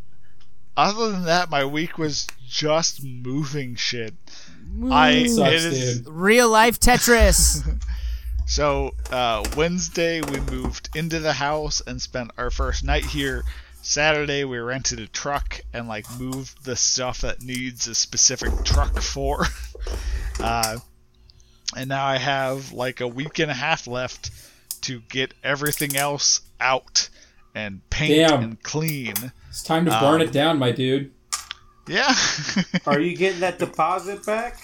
other than that, my week was just moving shit. I
Sucks,
it is-
dude.
Real life Tetris.
So uh, Wednesday we moved into the house and spent our first night here. Saturday we rented a truck and like moved the stuff that needs a specific truck for. uh, and now I have like a week and a half left to get everything else out and paint
Damn.
and clean.
It's time to
Um,
burn it down, my dude.
Yeah.
Are you getting that deposit back?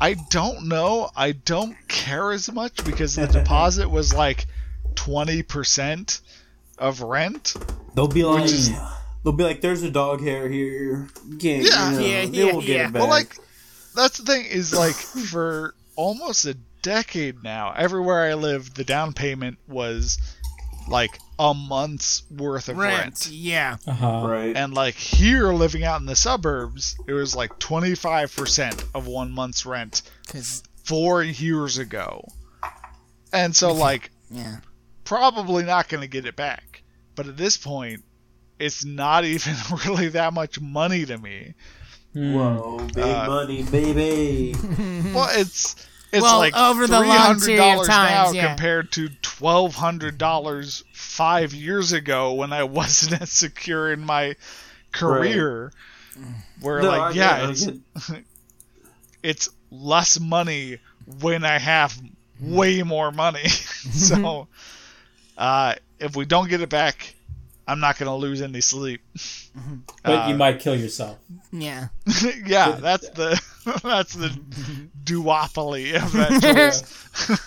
I don't know. I don't care as much because the deposit was like 20% of rent.
They'll be like, they'll be like, "There's a dog hair here." Yeah, you
Yeah.
know,
Yeah,
they
yeah,
will get
yeah.
it back.
Well, like, that's the thing is like for almost a decade now, everywhere I lived, the down payment was like a month's worth of rent.
Rent. Yeah.
Uh-huh.
right?
And like here, living out in the suburbs, it was like 25% of one month's rent
'Cause-
four years ago. And so, like,
yeah.
probably not going to get it back. But at this point, it's not even really that much money to me.
Whoa, big
Uh,
money, baby!
Well, it's it's
Hmm. Well,
like
over the
three
long
hundred
period of
dollars now
times, yeah.
compared to twelve hundred dollars five years ago when I wasn't as secure in my career. Where
No, I
like,
get it, I
yeah, it's
get it.
it's less money when I have
Hmm.
way more money. so uh, if we don't get it back, I'm not going to lose any sleep.
But you might kill yourself.
Yeah.
yeah, that's the that's the duopoly of that choice.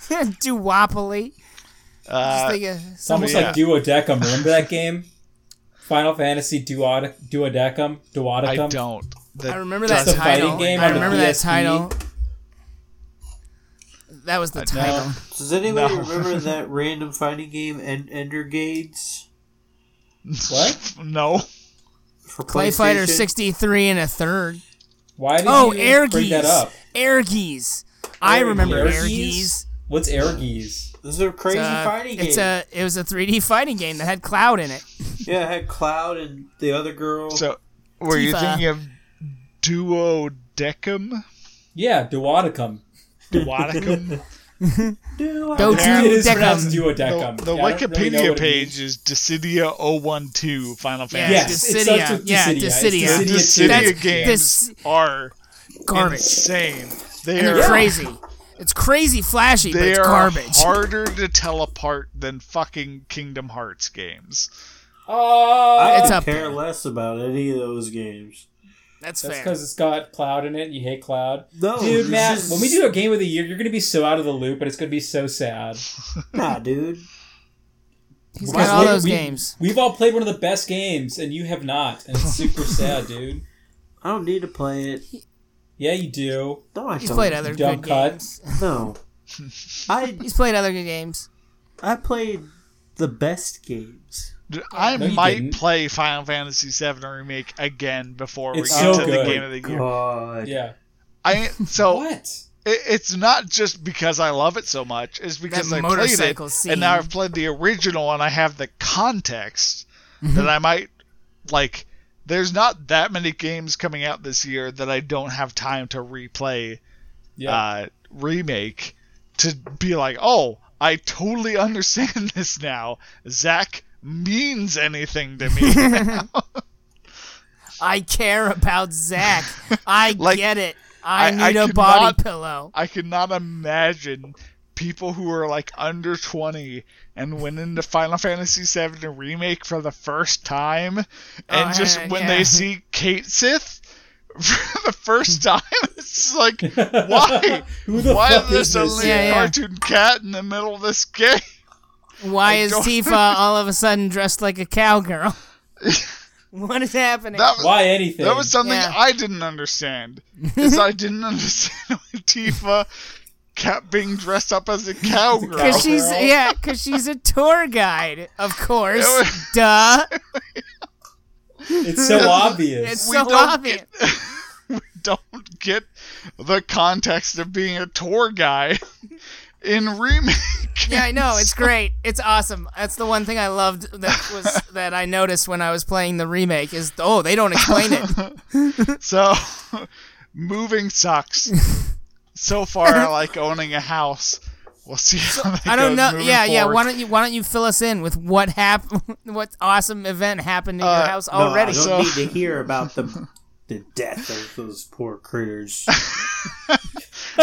Duopoly. Just
Uh,
think of
It's almost
Yeah.
like duodecum. Remember that game? Final Fantasy duod-
I
duodecum? Duodecum?
don't. The-
I remember
that's
that
a fighting
title.
game
I
on the
remember that
PSP.
title. That was the
Uh,
title.
Does anybody
No.
remember that random fighting game and Endergades
What?
No.
for
Play Fighter
PlayStation?
63 and a third.
Why did
Oh,
you
air
bring that
geese.
up?
Air geese. I
Air
remember
geese?
air geese.
What's air geese?
This is a crazy
Uh,
fighting game.
it's a it was a 3D fighting game that had cloud in it.
Yeah, it had Cloud and the other girl.
So were you
Tifa.
thinking of duodecum?
Yeah, duodecum.
Duodecum?
Do
Go
I-
It
to
is pronounced
Deckham.
duodecum.
the the
Yeah, I don't
Wikipedia
really know what it
page
means.
is Decidia 012 Final
Yeah,
Fantasy.
Yes, it starts
Dissidia.
with
Yeah,
Dissidia. It's
Dissidia.
The
Dissidia two.
Dissidia
That's-
games
this-
are
Garbage.
insane. They
And
are
they're crazy. It's crazy flashy, but
they
it's
are
garbage.
harder to tell apart than fucking Kingdom Hearts games.
Oh,
I
It's
could
up
care
there.
less about any of those games.
That's
That's
fair.
because it's got cloud in it. and You hate cloud,
No,
dude.
it's
Matt,
just-
when we do a game of the year, you're gonna be so out of the loop, and it's gonna be so sad.
Nah, dude.
He's
Because
got all
we-
those
we-
games.
We've all played one of the best games, and you have not, and it's super sad, dude.
I don't need to play it.
Yeah, you do.
No, I
He's
don't.
played other
dumb
good
cut.
games.
No. I
He's played other good games.
I played the best games.
Dude, I
Oh, No, you
might
didn't.
play Final Fantasy VII Remake again before
It's
we
so
get to
good.
the game of the year.
God.
Yeah.
I
Oh.
so
What?
it, it's not just because I love it so much; it's because
That
I played
motorcycle
it,
scene.
and now I've played the original, and I have the context that I might like. There's not that many games coming out this year that I don't have time to replay
Yeah.
uh, remake to be like, oh, I totally understand this now. Zach means anything to me. now."
I care about Zach. I
Like,
get it. I,
I-
need
I
a
could
body
not-
pillow.
I cannot imagine people who are like under 20 and went into Final Fantasy VII remake for the first time, and
Oh,
just
yeah,
when
yeah.
they see Kate Sith. For the first time, it's just like, why?
Who the
why is
fuck is
this
this?
only
Yeah,
a
yeah.
cartoon cat in the middle of this game?
Why is
don't-
Tifa all of a sudden dressed like a cowgirl? what is happening?
That was,
Why anything?
that was something
Yeah.
I didn't understand. Is I didn't understand why Tifa kept being dressed up as a cowgirl.
Because she's
Girl.
yeah, because she's a tour guide, of course.
It
Duh,
it's so obvious.
it's
We
so
don't
obvious.
get- don't get the context of being a tour guy in remake.
Yeah, I know. It's great. It's awesome. That's the one thing I loved that was that I noticed when I was playing the remake is oh they don't explain it.
So moving sucks. so far, I like owning a house. We'll see. How that
I don't
goes
know.
moving
Yeah, yeah.
forward.
Why don't you Why don't you fill us in with what hap- what awesome event happened in your
Uh,
house
No,
already?
I don't
So-
need to hear about the the death of those poor critters.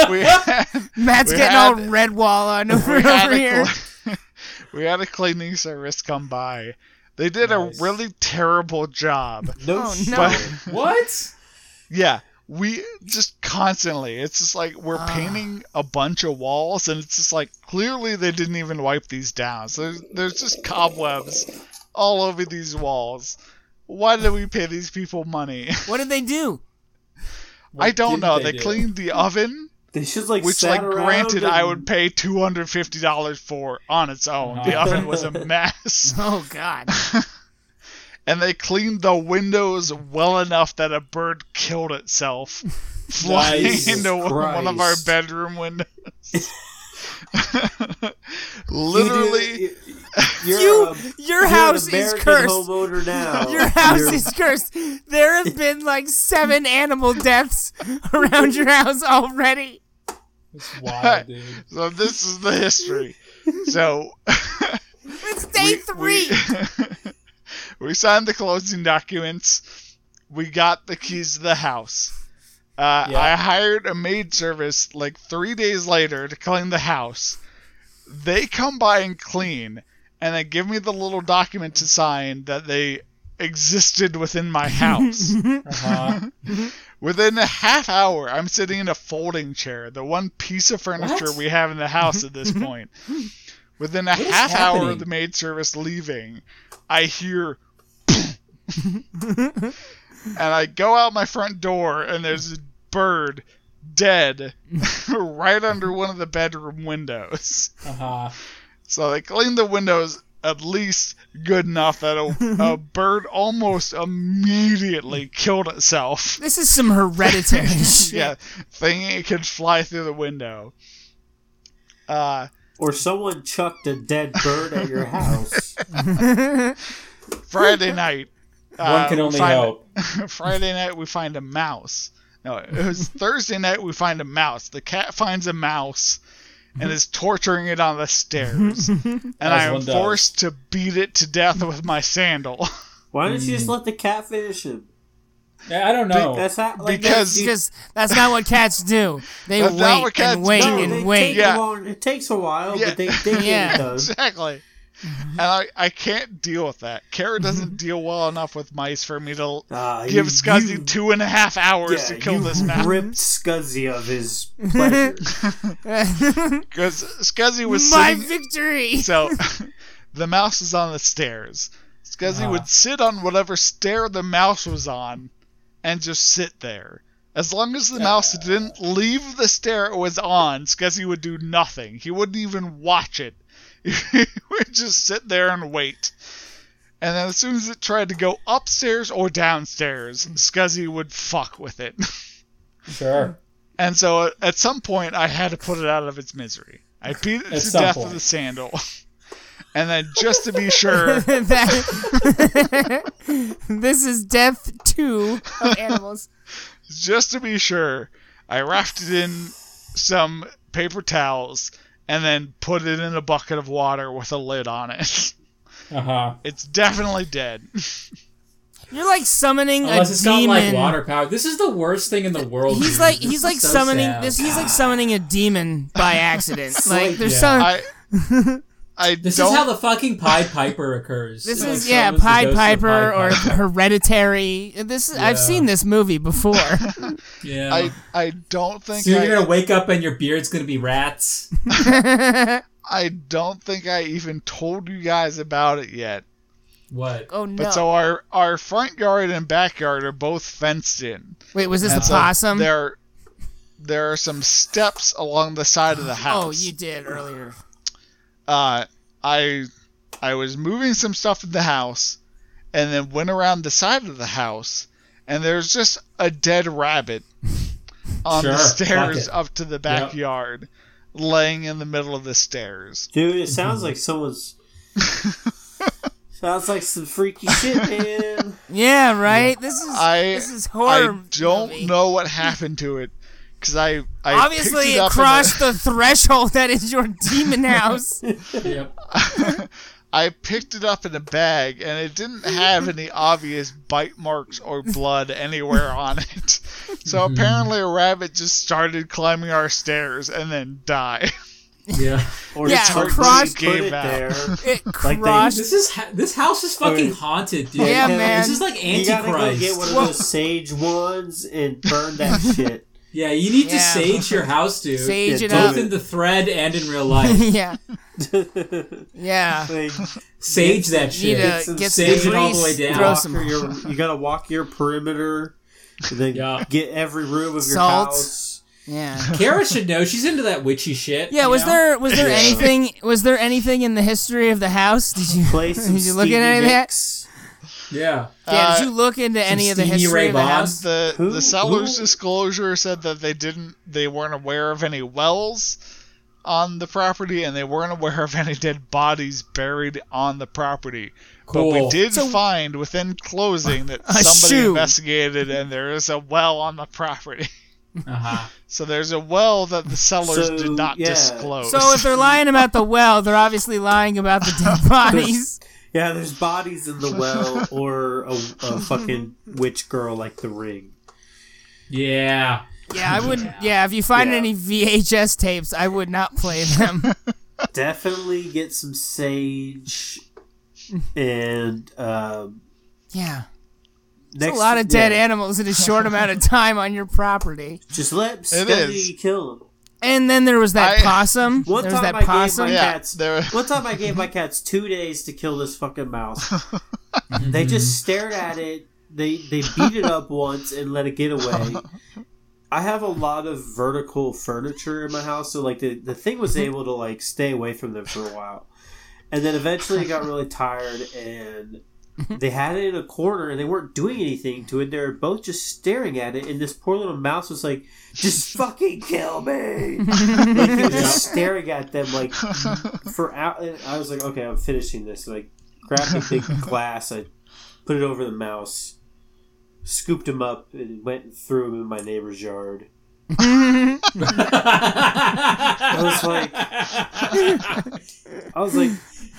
we had,
Matt's
we
getting all
had-
red wall on over,
we, had
over here.
a, cl- we had a cleaning service come by. They did
Nice.
a really terrible job.
No,
Oh,
shit.
no.
But
what?
yeah, we just constantly. It's just like we're
Ah.
painting a bunch of walls, and it's just like clearly they didn't even wipe these down. So there's, there's just cobwebs all over these walls. Why did we pay these people money?
What did they do?
I don't
didn't
know.
they
They,
do?
cleaned the oven,
They should like
which,
sat
like,
around
granted, I
and-
would pay two hundred fifty dollars for on its own. The
Uh-huh.
oven was a mess,
Oh God!
and they cleaned the windows well enough that a bird killed itself, flying
Jesus
into one- one of our
Christ.
bedroom windows.
You do-
Literally,
you- you're
You,
Um,
a-
your
you're an
house is
American
cursed.
homeowner now.
Your house
You're-
is cursed. There have been like seven animal deaths around your house already.
It's wild, dude.
so this is the history. So.
It's day three.
We, we signed the closing documents. We got the keys to the house. Uh,
Yeah.
I hired a maid service like three days later to clean the house. They come by and clean, and they give me the little document to sign that they existed within my house.
Uh-huh.
Within a half hour, I'm sitting in a folding chair, the one piece of furniture
What?
we have in the house at this point. Within a
is
half hour
happening?
of the maid service leaving, I hear. and I go out my front door, and there's a bird dead right under one of the bedroom windows.
Uh-huh.
So they cleaned the windows at least good enough that a, a bird almost immediately killed itself
This is some hereditary shit.
yeah, thing it could fly through the window. Uh,
or someone chucked a dead bird at your house.
Friday night. Uh,
One can only hope.
Friday night we find a mouse. No, it was Thursday night we find a mouse. The cat finds a mouse and is torturing it on the stairs. and I am
one does.
forced to beat it to death with my sandal.
Why don't you just
Hmm.
let the cat finish him?
Yeah, I don't know.
That's how, like,
Because-
that's-
Because that's not what cats do. They
That's
wait
not what cats
and wait
do.
no, they
and wait.
Take
Yeah.
long, it takes a while,
Yeah.
but they, they get
Yeah. Mm-hmm.
it done.
exactly. And I, I can't deal with that. Kara doesn't deal well enough with mice for me to
Ah,
give
you-
Scuzzy
you-
two and a half hours
yeah,
to kill
you
this mouse.
ripped Scuzzy of his pleasure.
Because Scuzzy was
My
sitting.
victory.
So the mouse was on the stairs. Scuzzy would sit on whatever stair the mouse was on and just sit there. As long as the mouse didn't leave the stair it was on, Scuzzy would do nothing. He wouldn't even watch it. He would just sit there and wait. And then as soon as it tried to go upstairs or downstairs, Scuzzy would fuck with it.
sure.
And so uh, at some point, I had to put it out of its misery. I beat it
At
to
some
death with
point.
a sandal. And then just to be sure,
That- this is death two of animals.
just to be sure, I rafted in some paper towels and then put it in a bucket of water with a lid on it.
Uh-huh.
It's definitely dead.
You're like summoning
Unless
a
it's
demon.
got like water power. This is the worst thing in the world.
He's
dude.
like
This
he's
is
like
so
summoning
sad.
this. He's like summoning a demon by accident. like there's
Yeah.
some.
I I
This
don't
is how the fucking Pied Piper occurs.
This
Like,
is
someone's
yeah,
the
Pied
ghost of
Piper
Pied
or
Piper.
Hereditary. This is, I've
Yeah.
seen this movie before.
yeah.
I I don't think
Soon
I,
you're gonna wake up and your beard's gonna be rats.
I don't think I even told you guys about it yet.
What?
Oh no!
But so our our front yard and backyard are both fenced in.
Wait, was this a
And so
possum?
There there are some steps along the side of the house.
oh, you did earlier.
uh, I I was moving some stuff in the house, and then went around the side of the house, and there's just a dead rabbit on the
Sure,
stairs
fuck it.
up to the backyard, laying in the middle of the stairs.
Dude, it sounds like someone's. sounds like some freaky shit, man.
Yeah, right. This is
I
this is horror.
I don't
movie.
know what happened to it, because I, I picked
Obviously,
it,
it,
up in the-
crossed the threshold that is your demon house.
Yep.
I picked it up in a bag and it didn't have any obvious bite marks or blood anywhere on it. So
Mm-hmm.
apparently a rabbit just started climbing our stairs and then died.
Yeah.
Or
Yeah,
it's hard to
cross-
put it
gave out.
there.
It
they-
crossed.
This is ha- this house is fucking
Okay.
haunted, dude.
Yeah,
Yeah,
man.
This is like
You gotta go get one
Antichrist.
of those sage ones and burn that shit.
Yeah, you need to
Yeah.
sage your house, dude.
Sage
Yeah,
it
don't
up.
Both in the thread and in real life.
yeah. Yeah.
Like,
Sage that
Need
shit.
to
It's some
get some
sage
it all the
grease,
way down.
Throw
walk
some
your, you gotta walk your perimeter, and then
Yeah.
get every room of your
Salt.
house.
Yeah.
Kara should know. She's into that witchy shit.
Yeah,
you
was
know?
there was there anything was there anything in the history of the house? Did you
Play some
Did you look at any of that?
Yeah.
yeah,
Uh,
did you look into any of the
Stevie
history
Ray
of the
Vaughan?
house?
The
Who-
the seller's
who-
disclosure said that they didn't they weren't aware of any wells on the property and they weren't aware of any dead bodies buried on that property. But we
Cool.
did find within closing that
A
somebody
shoe.
investigated and there is a well on the property.
Uh-huh.
So there's a well that the sellers
So,
did not
yeah.
disclose.
So if they're lying about the well, they're obviously lying about the dead bodies.
Yeah, there's bodies in the well or a, a fucking witch girl like the ring.
Yeah.
Yeah, I wouldn't. Yeah, if you find
Yeah.
any VHS tapes, I would not play them.
Definitely get some sage and um,
yeah,
next
a lot of dead
yeah,
animals in a short amount of time on your property.
Just let
is.
Stephanie kill him.
And then there was that
I-
possum.
One
there was
time
that
I gave my
possum.
cat-
yeah,
Cats.
there,
One time I gave my cats two days to kill this fucking mouse. they just
Mm-hmm.
stared at it. They they beat it up once and let it get away. I have a lot of vertical furniture in my house, so like the, the thing was able to like stay away from them for a while. And then eventually it got really tired and they had it in a corner and they weren't doing anything to it. They were both just staring at it and this poor little mouse was like, Just fucking kill me Like he was just staring at them like for out I was like, okay, I'm finishing this. And I grabbed a big glass, I put it over the mouse, scooped him up, and went and threw him in my neighbor's yard. I was like, I was like,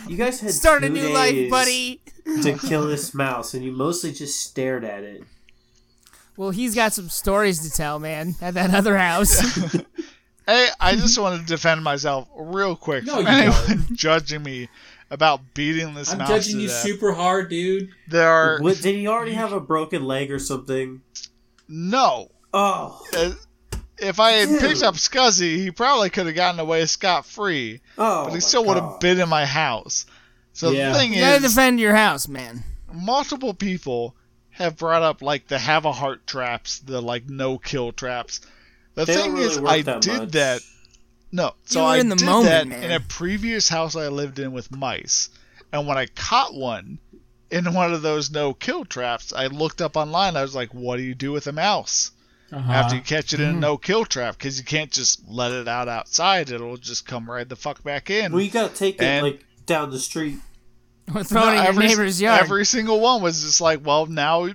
you guys had
Start a
two
new
days
life, buddy.
to kill this mouse, and you mostly just stared at it.
Well, he's got some stories to tell, man. At that other house.
hey, I just want to defend myself real quick.
No,
for
you
anyone judging me about beating this
I'm
mouse
judging
to
you
death.
super hard, dude.
There are
What, did he already have a broken leg or something?
no.
Oh,
Uh, If I had picked
Dude.
up Scuzzy, he probably could have gotten away scot free,
oh!
but
my
he still would have
God.
been in my house. So
Yeah.
the thing
you gotta
is,
defend your house, man.
multiple people have brought up like the have a heart traps, the like no kill traps. The
They don't
thing
really
is,
work
I
that
did
much.
that. No, so
were
I
in the
did
moment,
that
man.
in a previous house I lived in with mice, and when I caught one in one of those no kill traps, I looked up online. I was like, "What do you do with a mouse
Uh-huh.
after you catch it
Hmm.
in a no kill trap? Because you can't just let it out outside; it'll just come right the fuck back in."
Well, you gotta take it
And-
like down the street.
Or throw it in
No,
your
every,
neighbor's yard.
Every single one was just like, well, now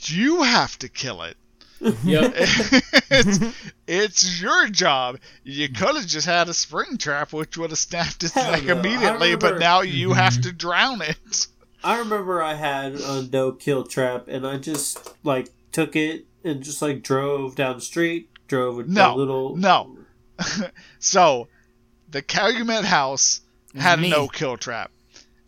you have to kill it.
Yep.
it's, it's your job. You could have just had a spring trap, which would have snapped its
Hell
neck
no. I
immediately, but
remember-
now you
Mm-hmm.
have to drown it.
I remember I had a no kill trap, and I just like took it and just like drove down the street, drove a,
No,
a little.
no. So, the Calumet house had
me.
a no kill trap,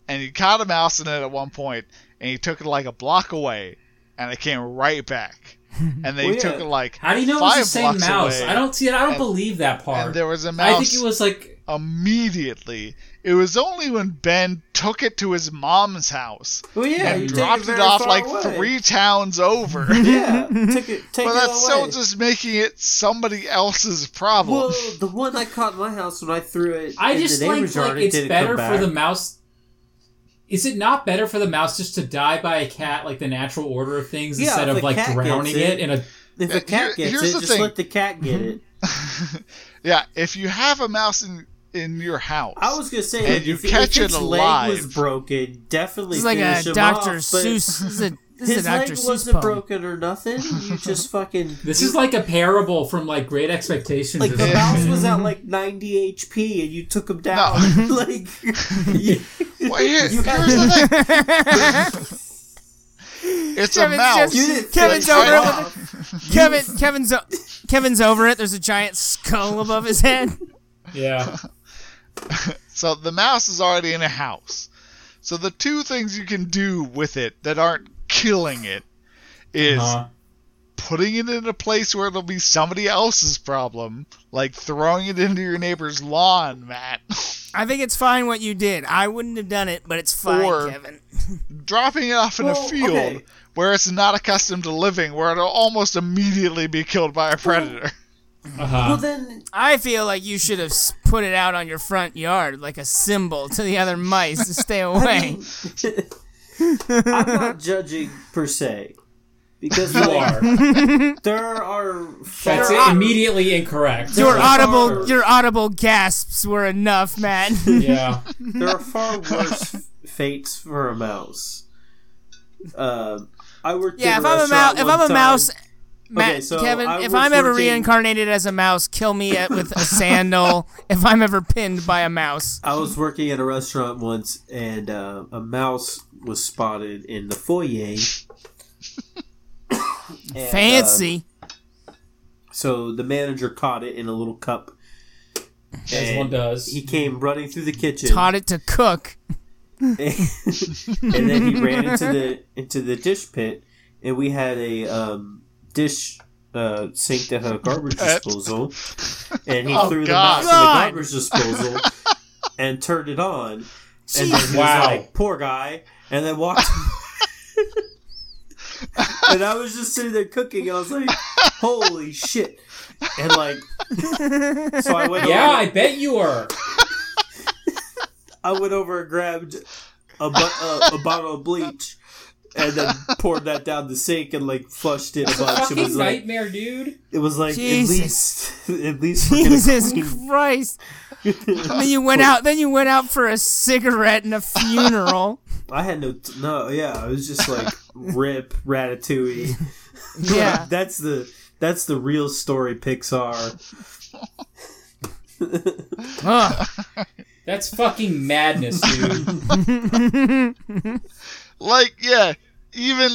and he caught a mouse in it at one point, and he took it like a block away, and it came right back. And then he
Well,
took
yeah.
it like
How do you know
five
it's the same
blocks
mouse?
away.
I don't see it. I don't
And-
believe that part.
and there was a
I
mouse
think it was like
immediately. It was only when Ben took it to his mom's house
Well, yeah,
and
you take
dropped it
very
off
far
like
away.
three towns over.
Yeah, take it. Take
but
it
that's still
away.
just making it somebody else's problem.
Well, the one I caught in my house when I threw it.
I
in
just
the
think
neighbor's yard,
like
it
it's
didn't
better
come
for the
back.
mouse. Is it not better for the mouse just to die by a cat, like the natural order of things,
Yeah,
instead
if
of
the
like
cat gets
drowning
it-
it in a?
If a cat
Here-
gets
here's
it,
the
just
thing.
let the cat get it.
yeah, if you have a mouse in in your house,
I was gonna say,
And you
if,
catch
if
it
its
alive.
leg was broken, definitely
This is like a
finish him
Dr.
off, but
Seuss. This is a, this is
His
a Dr.
leg
Seuss
wasn't
poem.
broken or nothing. You just fucking.
This is like a parable from like Great Expectations.
Like
or
the
something.
mouse was at like 90 HP and you took him down. like you,
Well, here-
You have-
here's the thing. it's a
Kevin's
mouse.
just-
you didn't
Kevin's
finish him
over with
off.
Kevin, Kevin's, o- Kevin's over it. There's a giant skull above his head.
yeah,
So the mouse is already in a house. So the two things you can do with it that aren't killing it is
Uh-huh.
uh,
putting it in a place where it'll be somebody else's problem, like throwing it into your neighbor's lawn, Matt.
I think it's fine what you did. I wouldn't have done it, but it's fine,
Or-
Kevin.
Dropping it off in
Well,
a field
okay.
where it's not accustomed to living, where it'll almost immediately be killed by a predator.
Well,
uh-huh.
then
I feel like you should have s- put it out on your front yard like a symbol to the other mice to stay away.
I'm not judging per se because
you
like,
are.
there are
That's
far-
immediately incorrect.
your
Those
audible
are-
your audible gasps were enough, Matt.
yeah,
there are far worse fates for a mouse. Uh, I worked.
yeah,
in
if I'm a mouse,
restaurant
if
one
I'm a
time.
mouse, Matt,
so
Kevin,
I
if
was
I'm ever
working-
reincarnated as a mouse, kill me at, with a sandal. if I'm ever pinned by a mouse,
I was working at a restaurant once, and uh, a mouse was spotted in the foyer. And, uh,
fancy.
so the manager caught it in a little cup.
as
And
one does.
He came running through the kitchen,
Taught it to cook.
and then he ran into the into the dish pit, and we had a um, dish uh, sink that had a garbage disposal, and he
Oh,
threw
God.
the mouse in
God.
the garbage disposal and turned it on, and then
Jeez.
he
Wow.
was like, "Poor guy," and then walked. and I was just sitting there cooking, and I was like, "Holy shit!" And like, so I went.
Yeah,
over-
I bet you were.
I went over and grabbed a, bu- a, a bottle of bleach and then poured that down the sink and like flushed it a bunch. It
Fucking
was like
nightmare, dude.
it was like
Jesus.
at least at least we're gonna
Jesus
clean-
Christ! then you went out. Then you went out for a cigarette and a funeral.
I had no t- no yeah. I was just like rip ratatouille.
Yeah.
that's the that's the real story Pixar.
Ugh.
That's fucking madness, dude.
like yeah even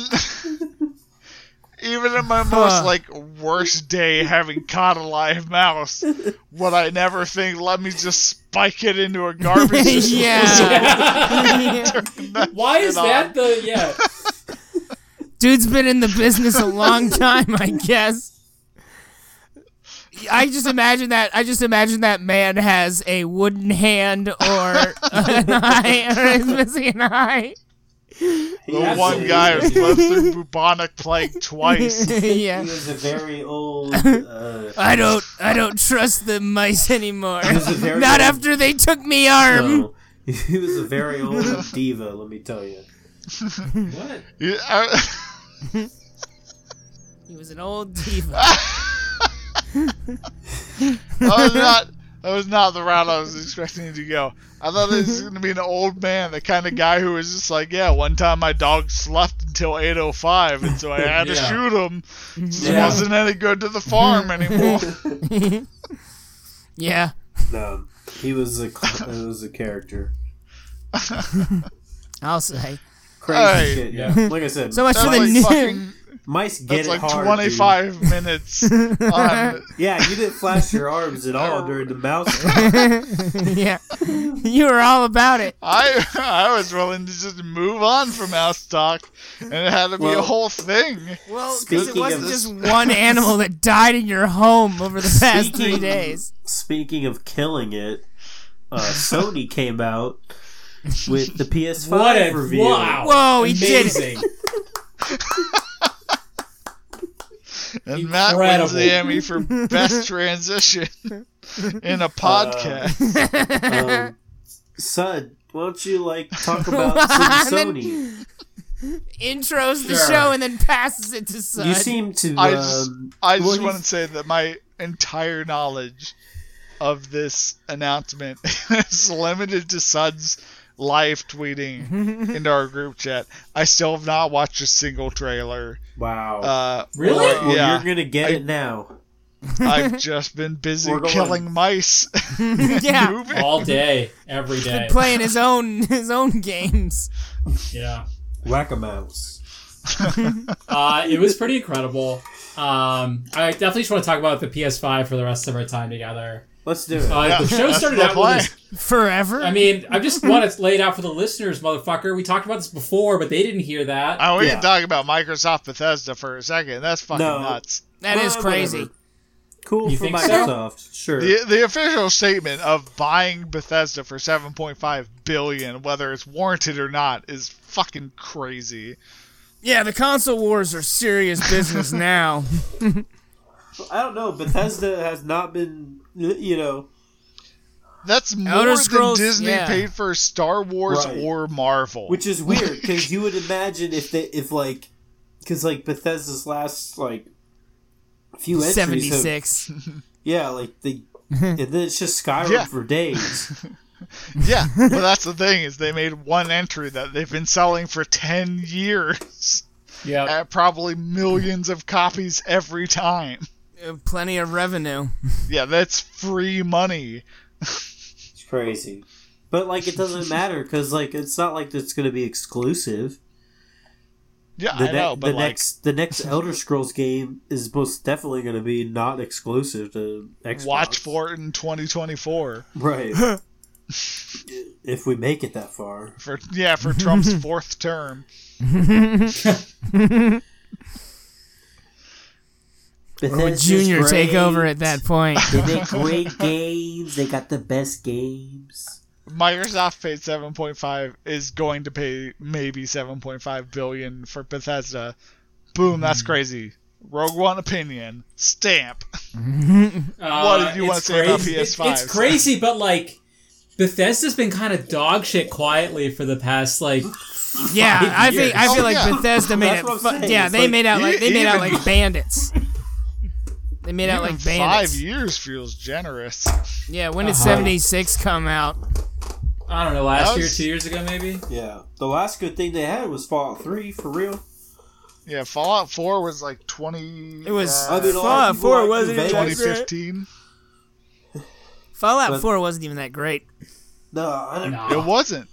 even in my most like worst day having caught a live mouse would i never think let me just spike it into a garbage disposal
yeah.
Why is
on.
that the yeah?
Dude's been in the business a long time, I guess. I just imagine that. I just imagine that man has a wooden hand or an eye, or is missing an eye.
He
the
was
one
a-
guy who's lived through bubonic plague twice
He
yeah,
was a very old. Uh,
I don't. I don't trust the mice anymore.
was a very
Not
good-
after they took me arm.
no. He was a very old diva. Let me tell you.
What?
You- I-
He was an old diva.
that was not that was not the route i was expecting it to go i thought this was going to be an old man the kind of guy who was just like yeah one time my dog slept until 8.05 and so i had to
Yeah.
shoot him It
Yeah.
wasn't any good to the farm anymore.
Yeah.
No, he was a he was a character.
I'll say.
Crazy
Hey.
shit.
Yeah.
Yeah. Like I said,
So much
That's
for the
like
new.
fucking.
mice get
That's
it
like
hard. dude.
25 minutes. On,
Yeah, you didn't flash your arms at all during the mouse.
yeah, you were all about it.
I I was willing to just move on from mouse talk, and it had to be a
Well-
whole thing.
Well,
Speaking
because it
of
wasn't
this-
just one animal that died in your home over the past three
Speaking-
days.
Speaking of killing it, uh, Sony came out with the PS5
What a
review.
wow!
Whoa, he did it.
Amazing.
And Matt wins
Incredible.
the Emmy for best transition in a podcast.
Um, Sud, why don't you like talk about some
And then-
Sony?
Intros the
Sure.
show and then passes it to Sud.
You seem to.
I just,
um,
I just
well, you-
want to say that my entire knowledge of this announcement is limited to Sud's live tweeting into our group chat. I still have not watched a single trailer.
wow.
Uh,
Really?
or-
well,
yeah,
you're gonna get
I-
it now.
I've just been busy
We're going-
killing mice.
yeah,
Moving.
All day, every day.
playing his own his own games.
Yeah.
Whack a mouse.
Uh, it was pretty incredible. Um, I definitely just want to talk about the PS5 for the rest of our time together.
Let's do it.
Uh,
Yeah,
the show
that's
started
the
out with
plan.
this
Forever.
I mean, I just want to lay it out for the listeners, motherfucker. We talked about this before, but they didn't hear that.
Oh, we
Yeah.
can talk about Microsoft Bethesda for a second. That's fucking
No.
nuts.
that is
Uh,
crazy.
whatever. Cool
You
for
think so?
Microsoft, sure.
The, the official statement of buying Bethesda for 7.5 billion, whether it's warranted or not, is fucking crazy.
Yeah, the console wars are serious business now.
I don't know. Bethesda has not been, you know,
That's more
Elder
than
Scrolls,
Disney
yeah.
paid for Star Wars
Right.
or Marvel.
which is weird because you would imagine if they, if like, because like Bethesda's last like few entries, have-
Seventy six.
yeah, like the, and then it's just Skyrim
Yeah.
for days.
yeah, but that's the thing is they made one entry that they've been selling for 10 years
yeah.
at probably millions of copies every time.
Uh, Plenty of revenue.
Yeah, that's free money.
It's crazy, but like it doesn't matter because like it's not like it's going to be exclusive.
Yeah,
The,
I
ne-
know, but
the
like
next the next Elder Scrolls game is most definitely going to be not exclusive to Xbox.
watch for it in 2024.
right. if we make it that far.
for yeah for Trump's fourth term.
Or
Bethesda's
junior
great.
takeover at that point.
They make great games. They got the best games.
Microsoft paid 7.5 is going to pay maybe 7.5 billion for Bethesda. Boom, that's
Hmm.
crazy. Rogue One opinion stamp.
Uh,
What did you
it's
wanna say about
crazy-
PS5?
It's, it's crazy, but like Bethesda's been kind of dog shit quietly for the past like
Yeah,
Five
I think I
years.
feel
Oh,
like
yeah.
Bethesda made
That's
it.
what I'm
Fu-
saying.
yeah,
It's
they
like-
made out like they made out
Even-
like bandits. They made out
Even
like
five
bandits.
years feels generous.
Yeah, when did
Uh-huh.
seventy six come out?
I don't know last
That
year,
was-
two years ago, maybe.
Yeah. The last good thing they had was Fallout 3, for real.
Yeah, Fallout 4 was like uh, 20.
It was
I mean, a lot of
Fallout
people
Four
like
wasn't
the
even that
Vegas-
great.
2015.
Fallout
but-
Four wasn't even that great.
No, I don't
Nah.
know.
It wasn't.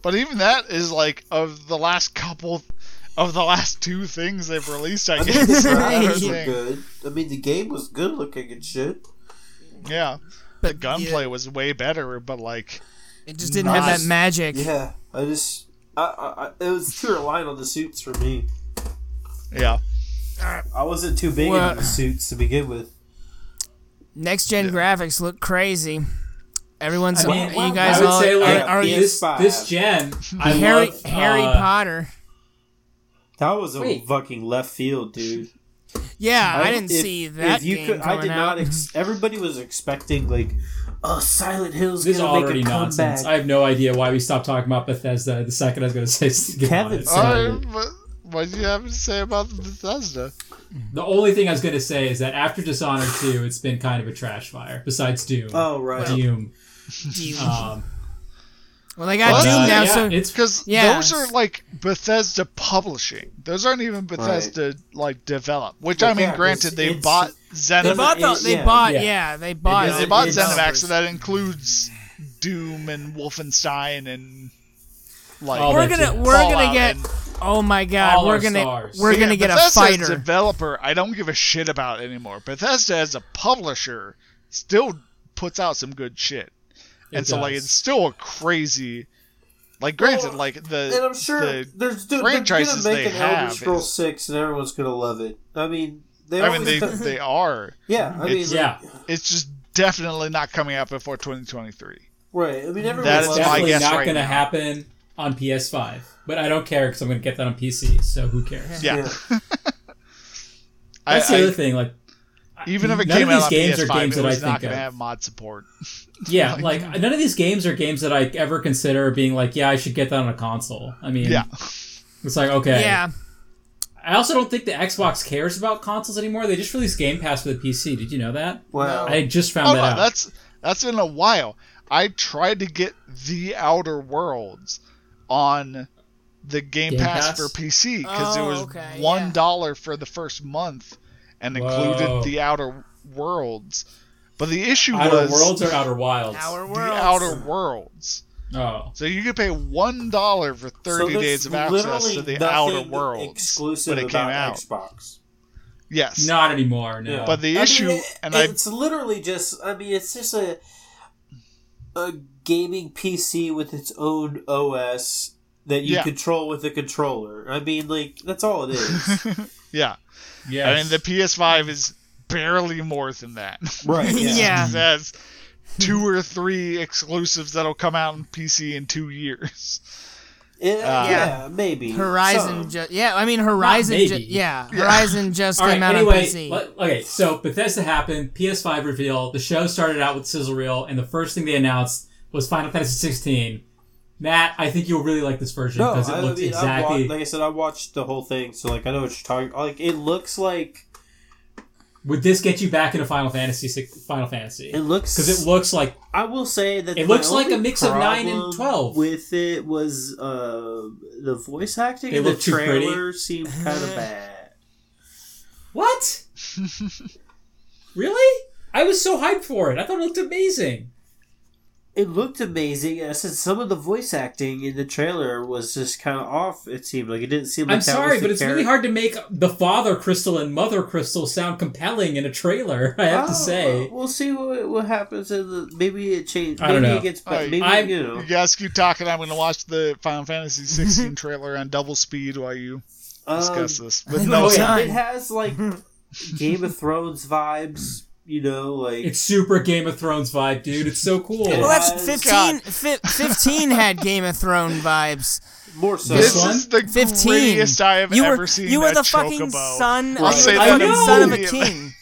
But even that is like of the last couple of the last two things they've released, I
I mean,
guess.
the
I don't
graphics were
think.
good. I mean, the game was good looking and shit.
Yeah.
But
the gunplay was way better, but like
yeah, it just didn't have
nice.
that magic.
Yeah. I just. I, I, I- it was pure line on the suits for me.
yeah,
I wasn't too big
Well-
into the suits to begin with.
Next gen graphics look crazy. Everyone's
I mean,
you guys
I would
all
say like
are, are you-
this,
PS5.
this gen. I
Harry
love,
Harry
uh,
Potter.
That was a
Wait.
fucking left field, dude.
Yeah, I, didn't
if-
see that
if you
game
could-
coming
I did
out.
not. Ex- everybody was expecting like, oh, Silent Hill's
This is
gonna
already
make a
nonsense.
comeback.
I have no idea why we stopped talking about Bethesda the second I was going to say.
Kevin
Kevin's.
oh.
said- Sorry.
Alright, but what do you have to say about Bethesda?
The only thing I was going to say is that after Dishonored 2, it's been kind of a trash fire, besides Doom.
Oh, right.
Doom.
Doom.
Um,
well, they got
Well,
Doom
uh,
now,
yeah,
so
it's
Because
Yeah.
those are like Bethesda publishing; those aren't even Bethesda like develop. Which
Well,
I mean,
yeah, 'cause
granted, they
it's-
bought
they
Zenimax.
bought the,
it-
they
yeah.
bought yeah.
Yeah.
they bought
does-
They
it-
bought
it's-
Zenimax, so that includes Doom and Wolfenstein and like.
All
We're
that
gonna
shit.
we're
Fallout
gonna get
and-
oh my god
All
we're
our
gonna
stars.
we're
Yeah,
gonna get
Bethesda's
a fighter
developer. I don't give a shit about anymore. Bethesda as a publisher still puts out some good shit. and so like
does.
it's still a crazy like granted
Well,
like the
And I'm sure
the-
there's dude,
franchises
they're gonna make
they
an Elder
have
Scrolls
is-
Six, and everyone's gonna love it. I mean, they.
I mean they
always do-
they are
yeah, I mean,
it's-
like,
yeah.
it's just definitely not coming out before 2023.
Right. I mean, everyone
That's
loves
my
like,
Definitely
guess
not
right
going to
now.
happen on PS5. But I don't care because I'm going to get that on PC. So who cares?
Yeah.
Yeah.
That's
I,
the
I,
other thing. Like,
even if it
none
came
of these
out on
games
PS5,
are games
it
that I
was not
think
going to
of.
have mod support.
yeah, like none of these games are games that I ever consider being like, yeah, I should get that on a console. I mean,
Yeah.
it's like okay.
Yeah.
I also don't think the Xbox cares about consoles anymore. They just released Game Pass for the PC. Did you know that?
Wow.
I uh, just found
Oh,
that
no,
out.
that's that's in a while. I tried to get The Outer Worlds on the Game,
Game
Pass,
Pass?
for PC because
Oh,
it was
okay, yeah.
one dollar for the first month and
Whoa.
included The Outer Worlds. But the issue
Outer
was
Worlds or Outer Wilds?
Our
The
world.
Outer Worlds.
Oh,
So you could pay one dollar for
So
thirty
there's
days of access
literally
to the
nothing
Outer Worlds
exclusive
when it came
about
out.
Xbox.
Yes,
not anymore. No.
Yeah.
but the
I mean,
issue,
it-
and I
it's literally just. I mean, it's just a a gaming PC with its own OS that you
Yeah.
control with a controller. I mean, like that's all it is.
yeah,
yes.
I mean the PS5 is barely more than that.
right.
Yeah.
It has two or three exclusives that'll come out on PC in two years.
Yeah,
Yeah.
yeah, maybe.
Horizon
Some.
just yeah, I mean Horizon
maybe.
ju- yeah, Horizon just
All right.
came out
anyway,
on PC.
let- okay. So Bethesda happened. PS5 reveal. The show started out with sizzle reel, and the first thing they announced was Final Fantasy 16. Matt, I think you'll really like this version
No,
because
I
it looks
mean, I wa-
exactly.
like I said, I watched the whole thing, so like I know what you're talking. Like it looks like
would this get you back into Final Fantasy? six- Final Fantasy
it looks
because it looks like
I will say that
It
my
looks like a
only
mix of 9 and
problem
12.
With it was uh, the voice acting.
They
in the
look too pretty.
trailer seemed kind of bad.
what? really? I was so hyped for it. I thought it looked amazing.
It looked amazing. and I said some of the voice acting in the trailer was just kind of off. It seemed like it didn't seem. Like
I'm
that
sorry,
was the
but it's
character.
really hard to make the father crystal and mother crystal sound compelling in a trailer. I have
Oh,
to say.
well, we'll see what, what happens. In the, maybe it changed.
I
Maybe
don't know.
it gets
All right.
better. Maybe
I'm-
you know.
You guys keep talking. I'm going to watch the Final Fantasy 16 trailer on double speed while you
Um,
discuss this. With
no
no,
Oh, yeah.
it has like Game of Thrones vibes. You know, like
It's super Game of Thrones vibe, dude. It's so cool.
Yeah.
well, that's
Guys,
15 fi- 15 had Game of Thrones vibes.
more so.
This
this
one?
is the
15.
greatest I have
you were,
ever seen.
You were
a
the fucking
chocobo.
son
I'll
of,
say
the
that
fucking son of a
immediately.
king.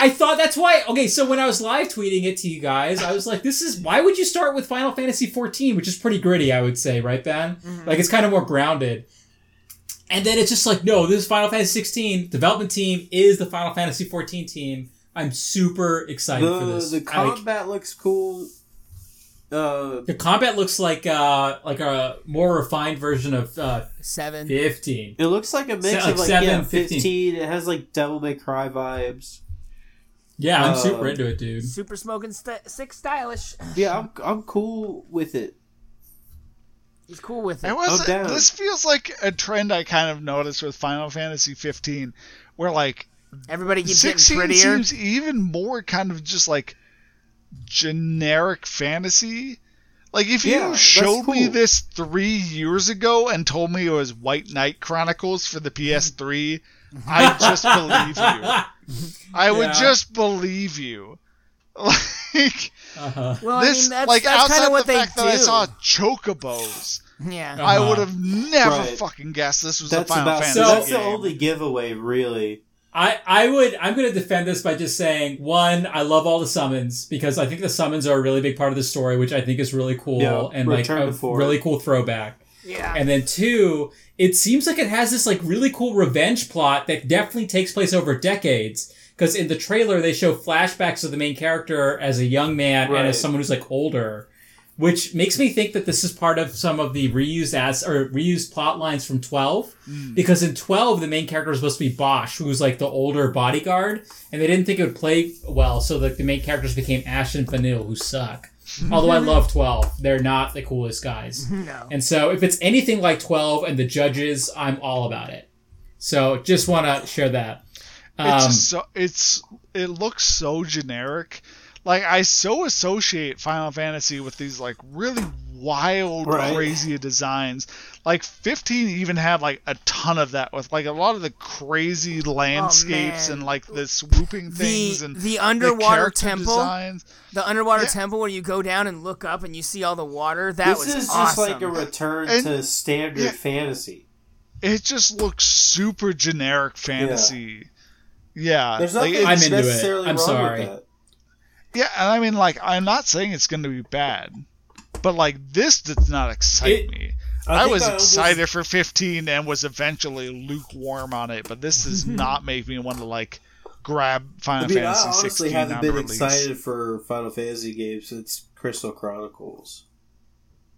I thought that's why. Okay, so when I was live tweeting it to you guys, I was like, "This is why would you start with Final Fantasy 14, which is pretty gritty, I would say, right, Ben? Like it's kind of more grounded." And then it's just like, no, this is Final Fantasy 16. Development team is the Final Fantasy 14 team. I'm super excited for
the,
this.
the
I, like,
combat looks cool. Uh,
the combat looks like uh, like a more refined version of uh,
7.
15.
it looks like a mix
Se- like
of like
seven,
yeah,
15.
15. It has like Devil May Cry vibes.
Yeah, I'm
Uh,
super into it, dude.
Super smoking st- six stylish.
Yeah, I'm I'm cool with it.
He's cool with
It
it.
was,
Oh, damn.
this feels like a trend I kind of noticed with Final Fantasy 15, where like
Everybody keeps getting
16
prettier.
seems even more kind of just like generic fantasy. Like if
Yeah,
you
that's
showed me
cool.
this three years ago and told me it was White Knight Chronicles for the PS3, I just believe you. I would
Yeah.
just believe you. Like
Uh-huh.
well, I
this,
mean, that's,
like
that's kind
outside
of what
the
they
fact
do.
that I saw chocobos,
yeah.
I
Uh-huh.
would have never
Right.
fucking guessed this was
That's
a Final
about
Fantasy
so, that's
game.
the only giveaway, really.
I, I would I'm going to defend this by just saying one I love all the summons because I think the summons are a really big part of the story which I think is really cool
Yeah,
and like
Return
a
to Four.
really cool throwback
Yeah.
and then two it seems like it has this like really cool revenge plot that definitely takes place over decades because in the trailer they show flashbacks of the main character as a young man and
Right.
as someone who's like older which makes me think that this is part of some of the reused as or reused plot lines from 12 because in 12 the main character was supposed to be Bosch who was like the older bodyguard and they didn't think it would play well so like the main characters became Ash and Vanille who suck although I love 12 they're not the coolest guys
No.
and so if it's anything like 12 and the judges I'm all about it so just want to share that
It's
um,
just so it's it looks so generic. Like I so associate Final Fantasy with these like really wild,
Right.
crazy designs. Like 15 even had like a ton of that with like a lot of the crazy landscapes
man.
and like the swooping things and
the underwater
character
temple?
designs.
The underwater
Yeah.
temple where you go down and look up and you see all the water. That
This
was
is just
awesome.
like a return
And-
to standard
yeah.
fantasy.
It just looks super generic fantasy. Yeah,
There's
like,
nothing
it-
I'm into it.
necessarily
I'm
wrong
sorry.
with that.
yeah, and I mean like I'm not saying it's going to be bad, but like this does not excite
It-
me.
I
I,
think
was
I almost-
excited for 15 and was eventually lukewarm on it, but this does not make me want to like grab Final
I mean, I
Fantasy
honestly
16
haven't
on
been
release.
excited for Final Fantasy games since Crystal Chronicles.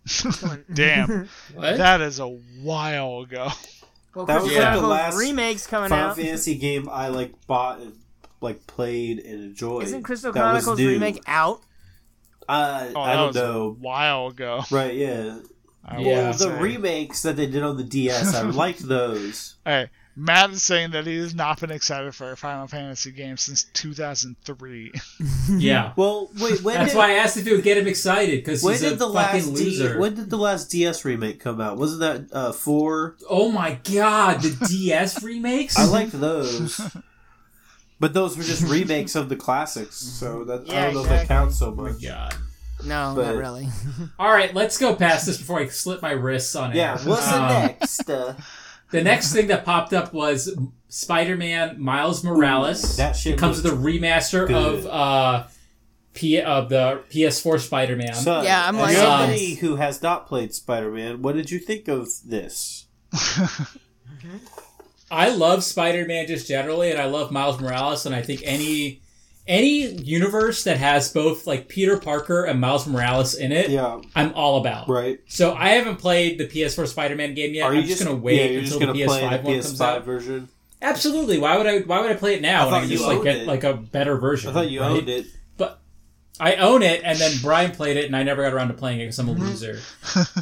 Damn,
What?
that is a while ago.
well,
That was
like
Crystal
the
Chronicles
last
remakes coming
Final
out.
Fantasy game I like bought and like played and enjoyed.
Isn't Crystal
that was
Chronicles
Doom.
remake out?
Uh,
Oh,
I
that
don't
was a
know.
while ago.
Right? Yeah.
I
Yeah.
will
Well, the
say.
remakes that they did on the DS, I liked those.
Hey, Matt is saying that he has not been excited for a Final Fantasy game since 2003.
yeah.
Well, wait, when
That's
did,
why I asked if it would get him excited because
when
he's a
did the last
fucking loser.
D, when did the last DS remake come out? Wasn't that uh, four?
Oh my god, the DS remakes?
I liked those, but those were just remakes of the classics. So that, I
Yeah,
don't know if that
exactly.
counts so
Oh my
much.
god.
No,
But-
not really.
All right, let's go past this before I slip my wrists on it.
Yeah, what's the
Um,
next? Uh,
The next thing that popped up was Spider-Man Miles Morales.
that shit
it comes with a remaster
good.
of uh, P- of the PS4 Spider-Man.
so,
Yeah, I'm
as
like-
somebody who has not played Spider-Man. What did you think of this?
I love Spider-Man just generally, and I love Miles Morales, and I think any any universe that has both like Peter Parker and Miles Morales in it,
Yeah,
I'm all about.
right.
So I haven't played the PS4 Spider-Man game yet.
Are
I'm
you
just,
just
gonna wait
yeah, you're
until
just gonna
the
play
PS5
the
one comes out.
PS5 version?
Absolutely. Why would I? Why would I play it now?
I
and I
thought
can
you
just like
owned
get
it.
like a better version.
I thought you
right?
owned it.
But I own it, and then Brian played it, and I never got around to playing it because
Mm-hmm.
I'm a loser.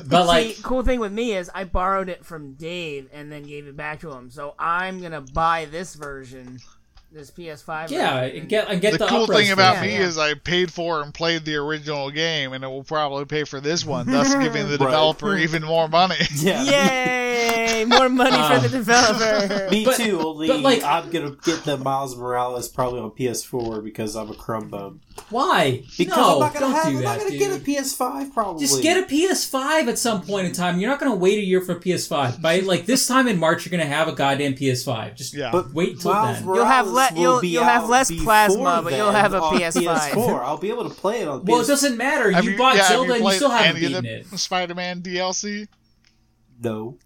But like,
See, cool thing with me is I borrowed it from Dave and then gave it back to him. So I'm gonna buy this version, this PS5.
yeah, I
version, and-
get I get
the,
the,
cool
Upros
thing about
Yeah,
me
yeah.
is I paid for and played the original game, and it will probably pay for this one, thus giving the
Right.
developer even more money.
Yeah.
Yay! More money for
Um,
the developer.
Me
But-
too. Only
but, like-
I'm gonna get the Miles Morales probably on PS4 because I'm a crumb bum.
why?
Because
no,
I'm not gonna
don't
have.
do
I'm
that,
not gonna
dude.
get a PS5 probably.
just get a PS5 at some point in time. You're not going to wait a year for a PS5. By like this time in March, you're going to have a goddamn PS5. Just
Yeah.
But
wait till
Miles
then.
You'll have
Morales
le-
will
you'll-
be
you'll have
out
less
before
plasma, but you'll
then
have a
on
PS5.
PS4. I'll be able to play it on
Well, it
PS4.
doesn't matter.
Have
You, bought
yeah, have
Zelda, and you
played
still haven't
any
beaten
of
it.
the Spider-Man DLC?
no.